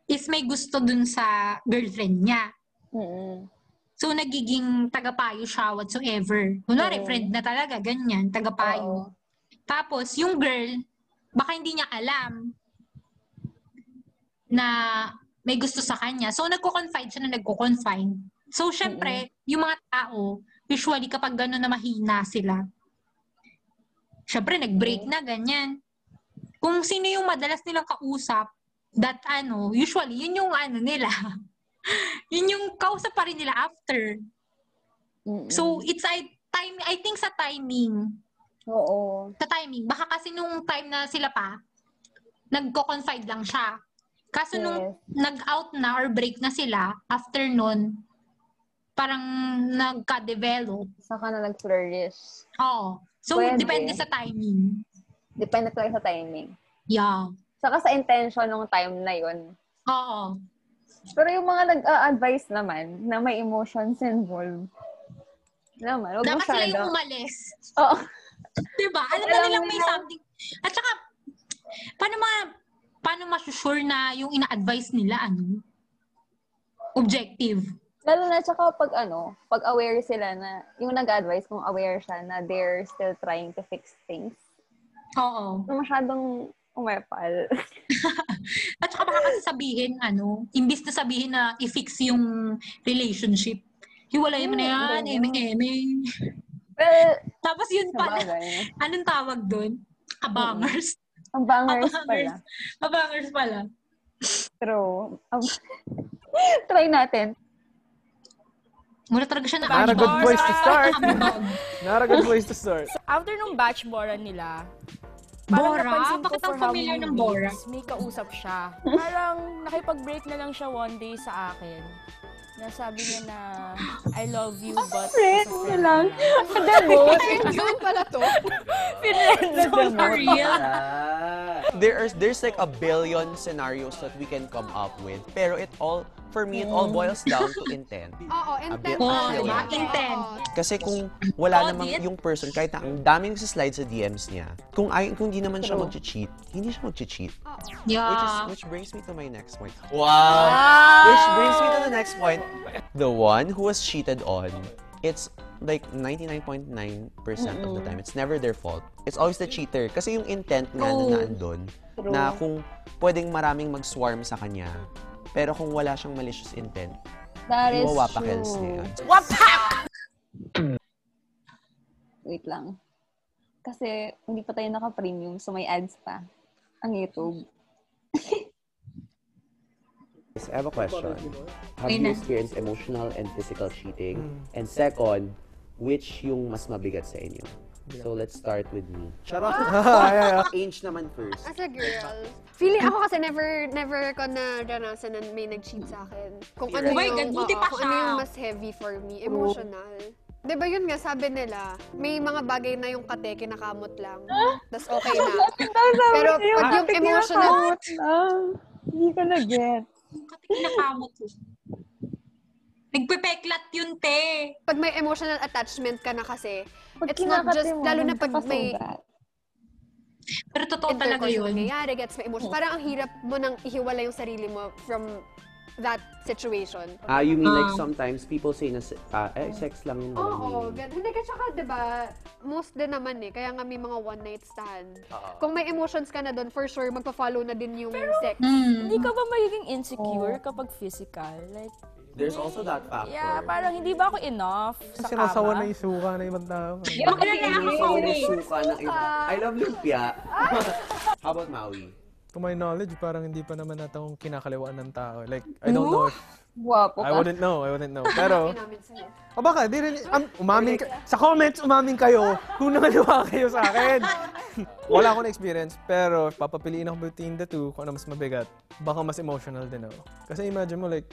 Speaker 2: is may gusto dun sa girlfriend niya.
Speaker 1: Mm-mm.
Speaker 2: So, nagiging tagapayo siya whatsoever.
Speaker 1: Oo.
Speaker 2: Kunwari, friend na talaga, ganyan, tagapayo.
Speaker 1: Oo.
Speaker 2: Tapos, yung girl, baka hindi niya alam na may gusto sa kanya. So, nagko-confide siya na nagko-confide. So, syempre, yung mga tao, usually kapag gano'n na mahina sila, syempre, nag-break na, ganyan. Kung sino yung madalas nilang kausap, that ano, usually, yun yung ano nila. yun yung kausap pa rin nila after. So, it's a time, I think sa timing,
Speaker 1: oo.
Speaker 2: sa timing, baka kasi nung time na sila pa, nagko-confide lang siya. Kaso nung
Speaker 1: Yes.
Speaker 2: nag-out na or break na sila, after nun, parang nagka-develop.
Speaker 1: Saka na nag-flourish.
Speaker 2: Oo. So,
Speaker 1: Pwede.
Speaker 2: depende sa timing.
Speaker 1: Depende talaga sa timing.
Speaker 2: Yeah.
Speaker 1: Saka sa intention ng time na yon.
Speaker 2: Oo.
Speaker 1: Pero yung mga nag-advise naman na may emotions involved, naman, huwag
Speaker 2: Dapat sila yung
Speaker 1: masyado.
Speaker 2: umalis.
Speaker 1: Oo.
Speaker 2: Diba? Alam na
Speaker 1: Alam
Speaker 2: nilang may
Speaker 1: nila.
Speaker 2: something. At saka, paano ma, paano masusure na yung ina-advise nila, ano? Objective.
Speaker 1: Lalo na tsaka pag ano, pag aware sila na, yung nag-advise kung aware siya na they're still trying to fix things.
Speaker 2: Oo.
Speaker 1: Na masyadong umepal.
Speaker 2: At saka baka kasi sabihin, ano, imbis na sabihin na i-fix yung relationship, hiwalay
Speaker 1: Hmm,
Speaker 2: mo na yan,
Speaker 1: Oo.
Speaker 2: emeng emeng.
Speaker 1: well,
Speaker 2: Tapos yun pala,
Speaker 1: sabagay.
Speaker 2: anong tawag doon? Abangers.
Speaker 1: Ang bangers
Speaker 2: Abangers.
Speaker 1: pala.
Speaker 2: Abangers pala.
Speaker 1: True. Ang- Try natin.
Speaker 2: Wala talaga siya na
Speaker 6: Not a good place to start.
Speaker 2: Abang.
Speaker 6: Not a good place to start.
Speaker 3: After nung batch Bora nila,
Speaker 2: Bora?
Speaker 3: napansin ko
Speaker 2: Bakit ang
Speaker 3: for how
Speaker 2: familiar
Speaker 3: many
Speaker 2: ng Bora?
Speaker 3: weeks, May kausap siya. Parang nakipag-break na lang siya one day sa akin. Nasabi niya na, I love you, but...
Speaker 1: Friend
Speaker 3: as a
Speaker 1: niya lang.
Speaker 3: lang."
Speaker 5: Doon pala to.
Speaker 2: For real?
Speaker 7: There are, there's like a billion scenarios that we can come up with. Pero it all, for me, it all
Speaker 3: Mm.
Speaker 7: boils down to intent.
Speaker 5: Oo, intent.
Speaker 7: Oo,
Speaker 5: talaga.
Speaker 7: diba?
Speaker 2: Intent.
Speaker 5: Oo.
Speaker 7: Kasi kung wala
Speaker 2: Audit?
Speaker 7: namang yung person, kahit na ang daming sa slide sa DMs niya, kung ay kung di naman siya mag-cheat, hindi siya mag-cheat. Which, is,
Speaker 1: Ah.
Speaker 2: Yeah.
Speaker 7: which brings me to my next point. Wow! Which brings me to the next point. The one who was cheated on, it's like 99.9% of the time. It's never their fault. It's always the cheater. Kasi yung intent nga
Speaker 2: True.
Speaker 7: na naandun, na kung pwedeng maraming mag-swarm sa kanya, pero kung wala siyang malicious intent,
Speaker 1: That is
Speaker 7: iwawapakels
Speaker 1: true.
Speaker 7: niya yun.
Speaker 1: Wait lang. Kasi hindi pa tayo naka-premium, so may ads pa. Ang YouTube.
Speaker 7: I have a question. Have
Speaker 2: Ayun
Speaker 7: you
Speaker 2: na.
Speaker 7: experienced emotional and physical cheating? And second, which yung mas mabigat sa inyo? So let's start with me. Charot! Inch naman first.
Speaker 5: As a girl, feeling ako kasi never, never ko naranasan na may nag-cheat sa akin. Kung ano
Speaker 2: Oh my
Speaker 5: yung,
Speaker 2: God, buti
Speaker 5: oo,
Speaker 2: pa
Speaker 5: kung
Speaker 2: siya.
Speaker 5: ano yung mas heavy for me, emotional. Di ba yun nga, sabi nila, may mga bagay na yung kate, kinakamot lang. Tapos okay na. Pero pag yung emotional,
Speaker 1: Hindi ko na-get.
Speaker 2: Kasi kinakamot ko. Nagpepeklat yun, te.
Speaker 5: pag may emotional attachment ka na kasi, it's not just, lalo na pag may
Speaker 2: Pero totoo talaga
Speaker 5: intercourse yung
Speaker 2: yun. Oh.
Speaker 5: nangyayari, gets my emotion. Parang ang hirap mo nang ihiwala yung sarili mo from that situation.
Speaker 7: Ah, you mean like
Speaker 2: Ah.
Speaker 7: sometimes people say na se- ah, eh, sex lang yun.
Speaker 5: Oo,
Speaker 7: ganun.
Speaker 5: gan- hindi ka tsaka, di ba, most din naman eh, kaya nga may mga one-night stand. Kung may emotions ka na doon, for sure, magpa-follow na din yung sex.
Speaker 2: Mm.
Speaker 3: Hindi ka ba magiging insecure
Speaker 1: Oh.
Speaker 3: kapag physical? Like,
Speaker 7: There's also that factor.
Speaker 3: yeah, parang hindi ba ako enough sa
Speaker 6: Kasi nasawa na
Speaker 3: kama?
Speaker 6: isuka na ibang tao.
Speaker 5: ano
Speaker 2: Magre-reactionate.
Speaker 7: Suka ng iba. I love lumpia. How about Maui?
Speaker 6: To my knowledge, parang hindi pa naman natin akong kinakalawaan ng tao. Like, I don't know if...
Speaker 1: Guwapo ka.
Speaker 6: I wouldn't know, I wouldn't know. Pero,
Speaker 5: Inamin sa'yo.
Speaker 6: o baka, di rin, um, umamin ka, sa comments, umamin kayo kung nangaliwa kayo sa akin. Wala akong experience, pero if papapiliin ako between the two, kung ano mas mabigat, baka mas emotional din ako. Kasi imagine mo, like,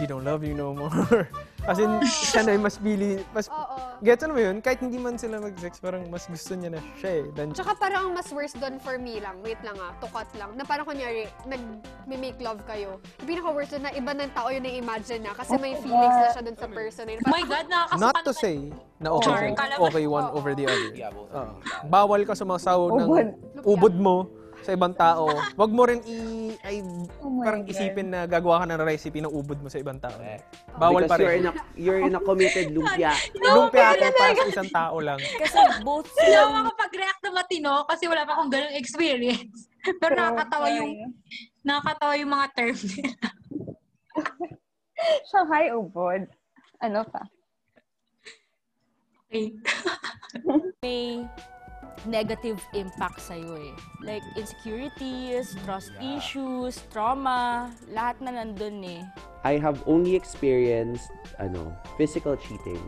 Speaker 6: he don't love you no more. As in, siya na yung mas pili, mas,
Speaker 5: Oo.
Speaker 6: gets ano mo yun? Kahit hindi man sila mag-sex, parang mas gusto niya na siya eh. than
Speaker 5: Tsaka parang ang mas worse doon for me lang, wait lang ah, to cut lang, na parang kunyari, nag-make love kayo. Yung pinaka-worst doon na iba ng tao yun na-imagine na kasi may feelings na siya doon sa person na yun.
Speaker 2: My God, nakakasukan.
Speaker 6: Not to say na okay,
Speaker 2: Char,
Speaker 6: sa'yo.
Speaker 2: kala mo-
Speaker 6: okay one over the other.
Speaker 7: Yeah, both
Speaker 6: Oo.
Speaker 7: are bad.
Speaker 6: Bawal ka sumasawag ng
Speaker 1: Ubod.
Speaker 6: ubod mo sa ibang tao. Wag mo rin i ay,
Speaker 1: my
Speaker 6: parang
Speaker 1: God.
Speaker 6: isipin na gagawa ka ng recipe ng ubod mo sa ibang tao.
Speaker 7: Correct.
Speaker 6: Bawal pa
Speaker 7: Because you're
Speaker 6: rin.
Speaker 7: in a, you're in a committed lumpia.
Speaker 6: Lumpia ka para sa isang tao lang.
Speaker 3: Kasi both
Speaker 2: Hindi
Speaker 3: sila
Speaker 2: ako makapag-react na matino kasi wala pa akong ganung experience. Pero nakakatawa yung, nakakatawa yung mga term nila.
Speaker 1: Shanghai ubod. Ano pa?
Speaker 2: Okay.
Speaker 3: may negative impact sa'yo eh. Like insecurities, trust issues, trauma, lahat na nandun eh.
Speaker 7: I have only experienced ano, physical cheating.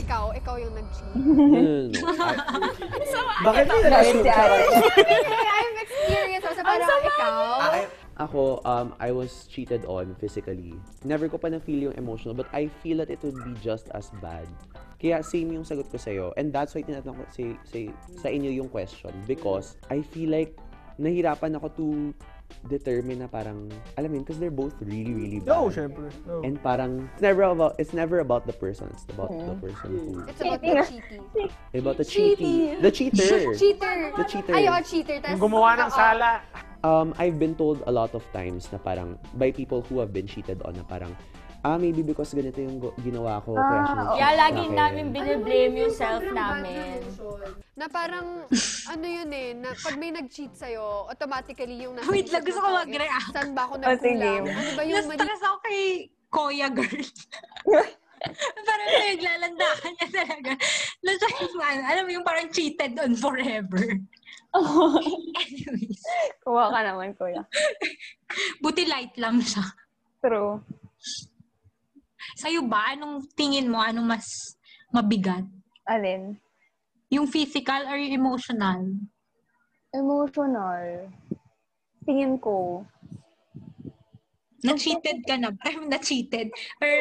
Speaker 5: Ikaw, ikaw yung nag-cheat.
Speaker 7: No, no, no. I- Bakit yun?
Speaker 5: I've experienced also, parang ikaw.
Speaker 7: I- Ako, um, I was cheated on physically. Never ko pa na-feel yung emotional, but I feel that it would be just as bad. Kaya same yung sagot ko sa'yo. And that's why tinatanong ko si, si, sa inyo yung question. Because I feel like nahirapan ako to determine na parang, alam mo yun, because they're both really, really bad.
Speaker 6: No, Oh, syempre. No.
Speaker 7: And parang, it's never about, it's never about the person. It's about the person who,
Speaker 5: It's about the cheating.
Speaker 7: about the cheating. The cheater.
Speaker 5: Cheater.
Speaker 7: The cheater.
Speaker 5: Ay, oh, cheater. Tas,
Speaker 6: Yung gumawa
Speaker 5: oo.
Speaker 6: ng sala.
Speaker 7: um, I've been told a lot of times na parang by people who have been cheated on na parang ah maybe because ganito yung go- ginawa ko kaya siya nag-cheat
Speaker 3: Kaya
Speaker 7: sa
Speaker 3: lagi
Speaker 7: akin."
Speaker 3: namin
Speaker 2: Ano
Speaker 3: biniblame yung self
Speaker 5: Sobrang bad
Speaker 3: namin.
Speaker 5: notion. Na parang, ano yun eh, na pag may nag-cheat sa'yo, automatically yung nasa
Speaker 2: Wait
Speaker 5: isip
Speaker 2: lang, gusto
Speaker 5: ng
Speaker 2: ko
Speaker 5: tao,
Speaker 2: mag-react.
Speaker 5: eh, Saan ba ako
Speaker 1: Oh, sige.
Speaker 5: nagkulang? Ano ba yung mali?
Speaker 2: Na-stress ako kay Koya Girl. parang naglalandakan niya talaga. Na siya yung, ano, alam mo yung parang cheated on forever. Anyways,
Speaker 1: Kuha ka naman, kuya.
Speaker 2: buti light lang siya.
Speaker 1: True.
Speaker 2: Sa'yo ba, anong tingin mo, anong mas mabigat?
Speaker 1: Alin?
Speaker 2: Yung physical or yung emotional?
Speaker 1: Emotional. Tingin ko.
Speaker 2: Na-cheated ka na ba? Ay, na-cheated. Or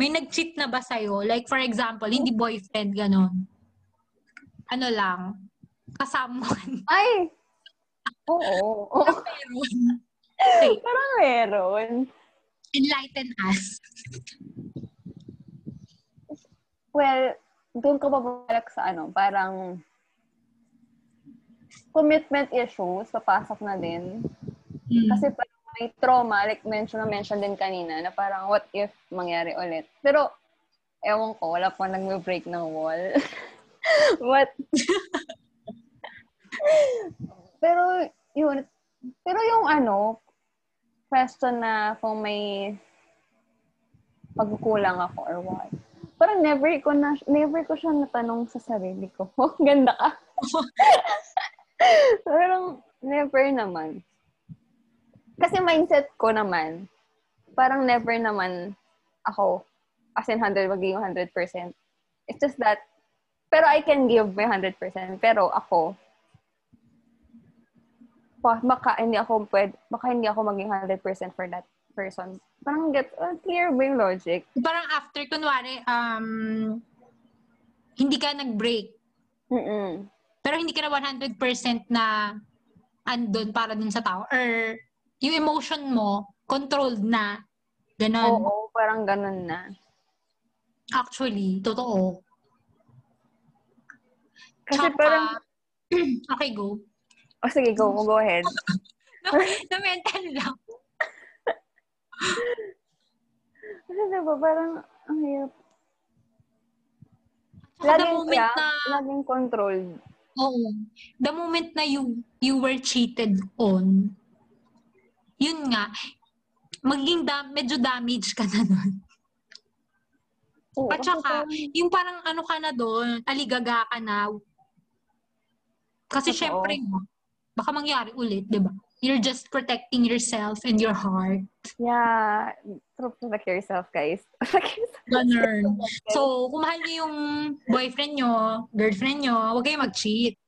Speaker 2: may nag-cheat na ba sa'yo? Like, for example, hindi boyfriend, ganon. Ano lang, kasamuan.
Speaker 1: Ay! Oo.
Speaker 2: Meron. Okay,
Speaker 1: Parang meron.
Speaker 2: enlighten us.
Speaker 1: Well, doon ko babalik sa ano, parang commitment issues, papasok na din. Kasi parang may trauma, like mention na mention din kanina, na parang what if mangyari ulit. Pero, ewan ko, wala pa nag-break ng wall. But, pero, yun, pero yung ano, question na kung may pagkukulang ako or what. Parang never ko na, never ko siya natanong sa sarili ko. Ganda ka. parang never naman. Kasi mindset ko naman, parang never naman ako, as in 100, magiging 100%. It's just that, pero I can give my 100%. Pero ako, pa, baka hindi ako pwede, baka hindi ako maging 100% for that person. Parang get, uh, clear ba yung logic?
Speaker 2: Parang after, kunwari, um, hindi ka nag-break.
Speaker 1: Mm-mm.
Speaker 2: Pero hindi ka na 100% na andon para dun sa tao. Or yung emotion mo, controlled na. Ganon.
Speaker 1: Oo, parang ganun na.
Speaker 2: Actually, totoo.
Speaker 1: Kasi
Speaker 2: Tsaka-
Speaker 1: parang,
Speaker 2: okay, go.
Speaker 1: oh, sige, go, go ahead.
Speaker 2: No, mental lang.
Speaker 1: Kasi diba, parang, ang hirap.
Speaker 2: Tsaka the
Speaker 1: Laging,
Speaker 2: moment
Speaker 1: yeah,
Speaker 2: na,
Speaker 1: laging controlled.
Speaker 2: oo, the moment na you, you were cheated on, yun nga, magiging da- medyo damage ka na nun.
Speaker 1: Oo,
Speaker 2: At
Speaker 1: kasi
Speaker 2: saka,
Speaker 1: parang-
Speaker 2: yung parang ano ka na doon, aligaga ka na. Kasi
Speaker 1: Totoo.
Speaker 2: syempre, baka mangyari ulit, di ba? You're just protecting yourself and your heart.
Speaker 1: yeah, true, protect yourself, guys. Protect yourself.
Speaker 2: Ganun. So, kung mahal niyo yung boyfriend niyo, girlfriend niyo, huwag kayong mag-cheat.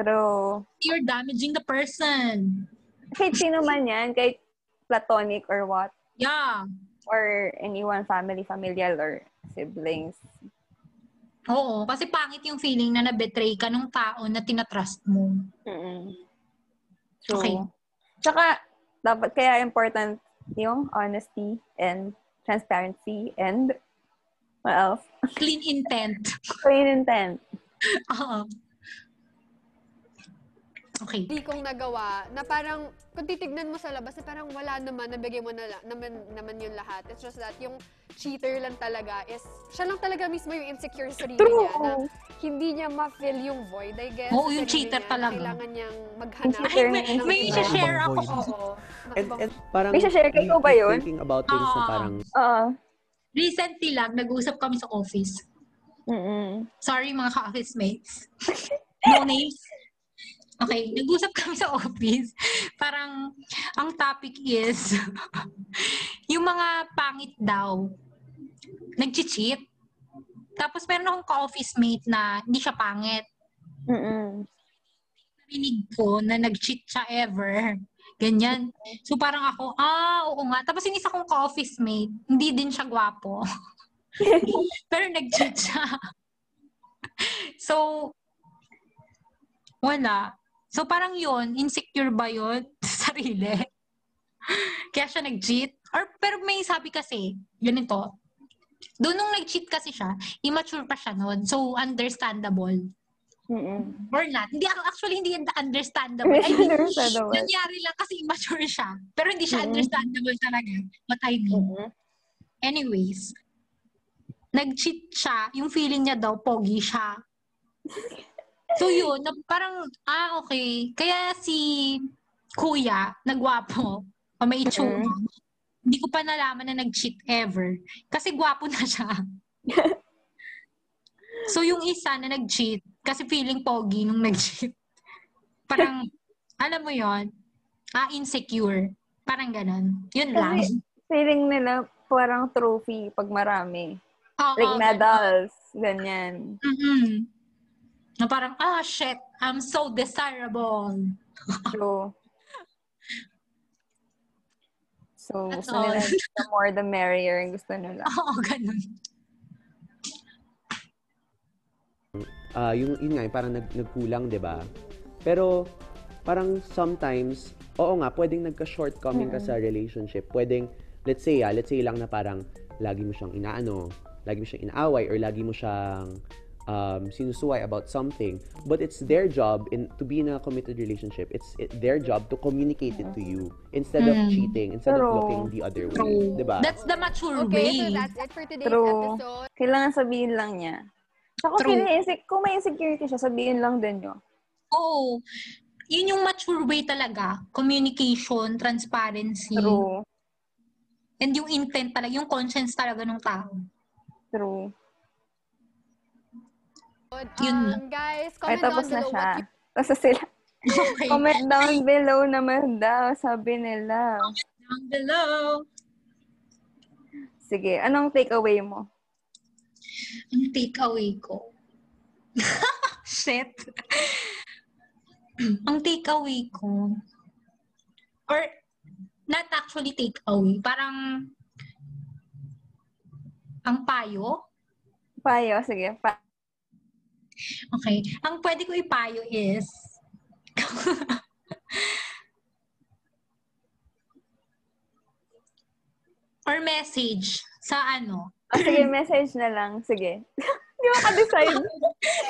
Speaker 1: True.
Speaker 2: You're damaging the person.
Speaker 1: Kahit sino man yan, kahit platonic or what,
Speaker 2: Yeah.
Speaker 1: or anyone, family, familial, or siblings.
Speaker 2: Oo. Kasi pangit yung feeling na na-betray ka nung tao na tinatrust mo.
Speaker 1: Mm-mm. True.
Speaker 2: Okay.
Speaker 1: Tsaka, dapat kaya important yung honesty and transparency and what else?
Speaker 2: Clean intent.
Speaker 1: Plain intent.
Speaker 2: Oo. Okay.
Speaker 5: di kong nagawa na parang kung titignan mo sa labas na parang wala naman nabigay mo na la- naman naman yun lahat it's just that yung cheater lang talaga is siya lang talaga mismo yung insecure sa sarili
Speaker 1: True.
Speaker 5: niya na hindi niya ma-fill yung void I guess
Speaker 2: Oo,
Speaker 5: sa
Speaker 2: yung
Speaker 5: sarili
Speaker 2: cheater
Speaker 5: niya.
Speaker 2: talaga.
Speaker 5: kailangan niyang maghanap
Speaker 1: Ay,
Speaker 2: May,
Speaker 5: ng
Speaker 2: may
Speaker 5: iba.
Speaker 2: share ako.
Speaker 6: Void.
Speaker 5: oo ng
Speaker 7: And,
Speaker 5: ibang-
Speaker 7: and parang,
Speaker 1: May share ka,
Speaker 7: you
Speaker 1: ikaw ba
Speaker 7: keep
Speaker 1: yun?
Speaker 7: thinking about things na
Speaker 2: Oo.
Speaker 7: parang,
Speaker 1: Oo.
Speaker 2: Recently lang, nag-uusap kami sa office.
Speaker 1: Mm-mm.
Speaker 2: Sorry mga ka-office mates. no names. Okay, nag-usap kami sa office. Parang, ang topic is, yung mga pangit daw, nag-cheat. Tapos meron akong ka-office mate na hindi siya pangit.
Speaker 1: Mm-mm.
Speaker 2: Narinig ko na nag-cheat siya ever. Ganyan. So parang ako, ah, oo nga. Tapos yung isa kong ka-office mate, hindi din siya gwapo. Pero nag-cheat siya. so, wala. So parang yun, insecure ba yun sa sarili? Kaya siya nag-cheat? Or, pero may sabi kasi, ganito, doon nung nag-cheat kasi siya, immature pa siya noon. So, understandable
Speaker 1: Mm-mm.
Speaker 2: or not. Hindi ako actually hindi yun understandable.
Speaker 1: Hindi
Speaker 2: I mean,
Speaker 1: understandable.
Speaker 2: nangyari lang kasi immature siya. Pero hindi siya
Speaker 1: Mm.
Speaker 2: understandable talaga. What I mean.
Speaker 1: Mm-mm.
Speaker 2: Anyways, nag-cheat siya. Yung feeling niya daw, pogi siya. So yun, na parang, ah, okay. Kaya si kuya, nagwapo, o may itsura. Hindi ko pa nalaman na nag-cheat ever. Kasi gwapo na siya. so yung isa na nag-cheat, kasi feeling pogi nung nag-cheat. Parang, alam mo yon ah, insecure. Parang ganun. Yun lang.
Speaker 1: Kasi feeling nila parang trophy pag marami.
Speaker 2: Oo,
Speaker 1: Like
Speaker 2: ganun.
Speaker 1: medals, ganyan.
Speaker 2: mm Na parang, ah, shit, I'm so desirable.
Speaker 1: So, so gusto nila
Speaker 2: That's all.
Speaker 1: the more the merrier ang gusto nila.
Speaker 2: Oo, ganun.
Speaker 7: ah yung, yun nga, yung parang nag, nagkulang, di ba? Pero, parang sometimes, oo nga, pwedeng nagka-shortcoming ka sa relationship. Pwedeng, let's say, ah, let's say lang na parang lagi mo siyang inaano, lagi mo siyang inaaway, or lagi mo siyang um, sinusuway about something. But it's their job in to be in a committed relationship. It's it- their job to communicate it to you instead of
Speaker 2: Mm.
Speaker 7: cheating, instead
Speaker 1: True.
Speaker 7: of looking the other way.
Speaker 2: True.
Speaker 7: Di ba?
Speaker 2: That's the mature
Speaker 5: okay
Speaker 2: way.
Speaker 5: so that's it for today's
Speaker 1: True.
Speaker 5: episode
Speaker 1: Kailangan sabihin lang niya. Saka
Speaker 2: True.
Speaker 1: kung, may insec- kung may insecurity siya, sabihin lang din niyo.
Speaker 2: Oo. Yun yung mature way talaga. Communication, transparency,
Speaker 1: True.
Speaker 2: and yung intent talaga, yung conscience talaga ng tao.
Speaker 1: True.
Speaker 2: Yun
Speaker 5: um, guys comment
Speaker 1: Ay, tapos na
Speaker 5: down below
Speaker 1: siya.
Speaker 5: what you
Speaker 1: Tapos na sila.
Speaker 2: Okay.
Speaker 1: Comment down below naman daw, sabi nila.
Speaker 2: Down below.
Speaker 1: Sige, anong takeaway mo?
Speaker 2: Ang takeaway ko. Shit. Ang takeaway ko, or not actually takeaway, parang ang payo.
Speaker 1: Payo, sige. Pa-
Speaker 2: Okay. Ang pwede ko ipayo is, or message sa ano.
Speaker 1: Ah, sige, message na lang. Sige. Hindi maka-decide.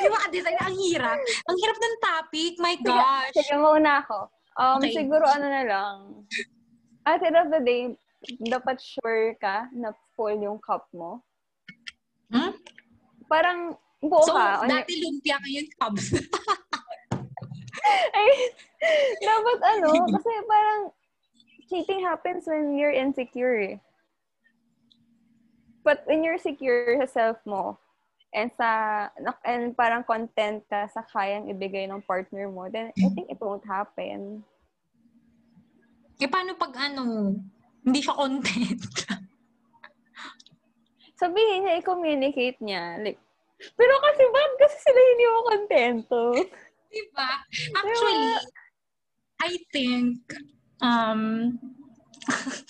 Speaker 2: Di ba ka-design? Ang hirap. Ang hirap ng topic. My
Speaker 1: Sige,
Speaker 2: gosh.
Speaker 1: sige, mauna ako. Um,
Speaker 2: Okay.
Speaker 1: Siguro ano na lang. At the end of the day, dapat sure ka na full yung cup mo.
Speaker 2: Hmm?
Speaker 1: Parang buo
Speaker 2: so,
Speaker 1: ka. Ano- on
Speaker 2: dati lumpia ngayon cubs.
Speaker 1: Ay, dapat ano, kasi parang cheating happens when you're insecure. eh. But when you're secure sa self mo, and sa nak- and parang content ka sa kayang ibigay ng partner mo, then I think it won't happen.
Speaker 2: eh, paano pag ano, hindi siya content?
Speaker 1: Sabihin niya, i-communicate niya. Like, pero kasi bakit kasi sila hindi mo kontento?
Speaker 2: Di ba? Actually, I think, um,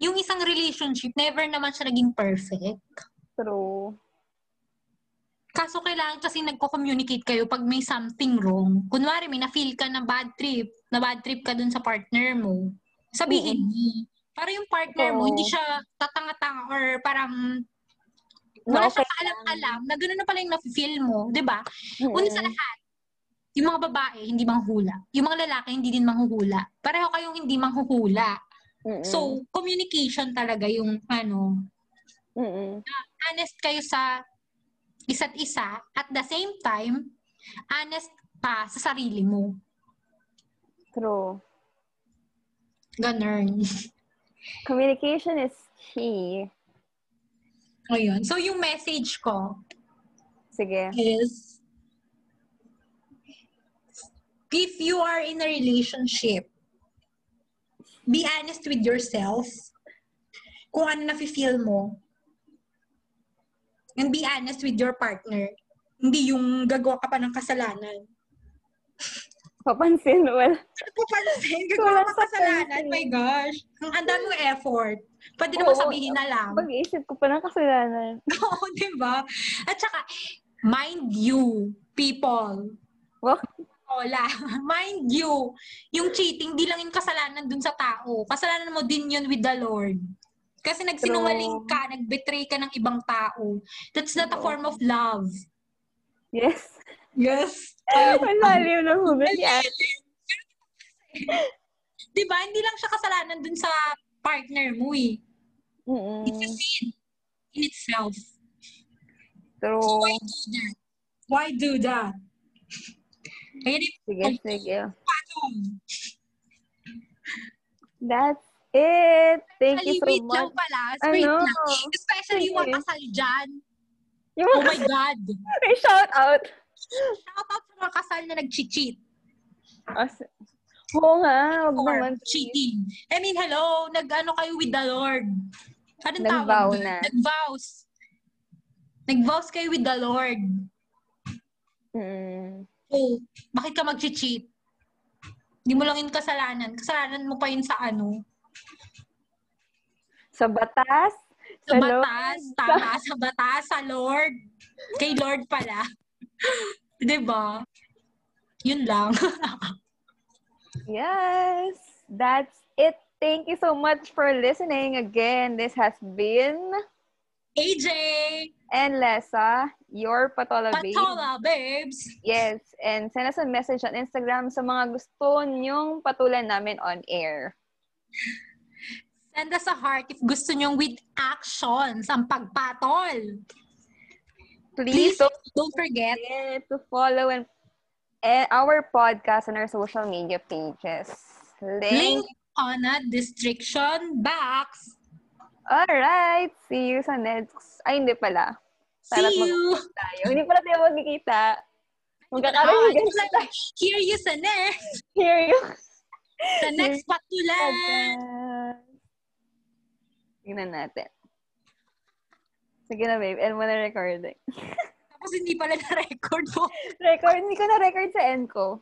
Speaker 2: yung isang relationship, never naman siya naging perfect.
Speaker 1: True.
Speaker 2: Kaso kailangan kasi nagko-communicate kayo pag may something wrong. Kunwari, may na-feel ka na bad trip, na bad trip ka dun sa partner mo. Sabihin mo. Para yung partner mo,
Speaker 1: Oo.
Speaker 2: hindi siya tatanga-tanga or parang
Speaker 1: Na
Speaker 2: wala
Speaker 1: okay
Speaker 2: siya kaalam-alam na gano'n na pala yung na-feel mo. 'di ba?
Speaker 1: Mm.
Speaker 2: Una sa lahat, yung mga babae, hindi manghuhula. Yung mga lalaki, hindi din manghuhula. Pareho kayong hindi manghuhula.
Speaker 1: Mm-mm.
Speaker 2: So, communication talaga yung ano,
Speaker 1: Mm-mm.
Speaker 2: honest kayo sa isa't isa at the same time, honest pa sa sarili mo.
Speaker 1: True.
Speaker 2: Ganun.
Speaker 1: Communication is key.
Speaker 2: Ayun. So, yung message ko
Speaker 1: Sige.
Speaker 2: is, if you are in a relationship, be honest with yourself kung ano nafe-feel mo. And be honest with your partner. Hindi yung gagawa ka pa ng kasalanan.
Speaker 1: Papansin, well,
Speaker 2: pupansin. Gagawa ka
Speaker 1: Wala sa
Speaker 2: kasalanan.
Speaker 1: pansin.
Speaker 2: My gosh. Ang ang dami mong effort. Pwede naman
Speaker 1: Oo.
Speaker 2: sabihin na lang.
Speaker 1: pag-iisip ko pa ng kasalanan.
Speaker 2: Oo, di ba? At saka, mind you, people.
Speaker 1: Wak-
Speaker 2: Wala. Mind you, yung cheating, di lang yung kasalanan dun sa tao. Kasalanan mo din yun with the Lord. Kasi nagsinungaling ka, nagbetray ka ng ibang tao. That's not a form of love.
Speaker 1: Yes.
Speaker 2: Yes.
Speaker 1: Ang lalim na hugot.
Speaker 2: Yes. di ba? Hindi lang siya kasalanan dun sa partner mo eh.
Speaker 1: Mm-mm.
Speaker 2: It's a sin in itself.
Speaker 1: True.
Speaker 2: Why do that? Why do that? Ayan yung
Speaker 1: Sige, sige.
Speaker 2: patong.
Speaker 1: That's it. Thank you so
Speaker 2: Saliwit lang
Speaker 1: much.
Speaker 2: pala. Straight
Speaker 1: Ano?
Speaker 2: lang. Especially yung
Speaker 1: Sige.
Speaker 2: makasal dyan.
Speaker 1: Yung
Speaker 2: Oh
Speaker 1: mga
Speaker 2: my God.
Speaker 1: may shout out.
Speaker 2: Shout out sa mga kasal na nag-cheat.
Speaker 1: Ah, Oo nga, wag
Speaker 2: Or
Speaker 1: naman.
Speaker 2: cheating. I mean, hello. Nag-ano kayo with the Lord. Anong
Speaker 1: Nag-vow
Speaker 2: tawag? doon?
Speaker 1: na.
Speaker 2: Nag-vows. Nag-vows kayo with the Lord.
Speaker 1: Mm.
Speaker 2: Oh, bakit ka mag-cheat? Hindi mo lang yun kasalanan. Kasalanan mo pa yun sa ano.
Speaker 1: Sa batas,
Speaker 2: Sa
Speaker 1: sa loob.
Speaker 2: batas, tama, sa batas, sa Lord. Kay Lord pala. 'Di ba? Yun lang.
Speaker 1: Yes, that's it. Thank you so much for listening. Again, this has been
Speaker 2: AJ,
Speaker 1: Enlesa, your Patola Babe.
Speaker 2: Patola, babes.
Speaker 1: Yes, and send us a message on Instagram sa mga gusto niyong patulan namin on air.
Speaker 2: Send us a heart if gusto nyong with actions ang pagpatol.
Speaker 1: Please
Speaker 2: Please
Speaker 1: don't
Speaker 2: don't forget.
Speaker 1: forget to follow and eh, our podcast on our social media pages. Link.
Speaker 2: Link on a destruction box.
Speaker 1: All right. See you sa next. Ay, hindi pala. Sarap
Speaker 2: See
Speaker 1: mag-
Speaker 2: you.
Speaker 1: Tayo. Hindi pala tayo magkikita.
Speaker 2: Ah,
Speaker 1: Magkakaroon
Speaker 2: just like, hear you sa next.
Speaker 1: Hear you.
Speaker 2: Sa next patulan.
Speaker 1: Podcast. Tingnan natin. Sige na, babe. End mo na recording.
Speaker 2: Tapos hindi pala na-record mo.
Speaker 1: Record. Hindi ko na record sa end ko.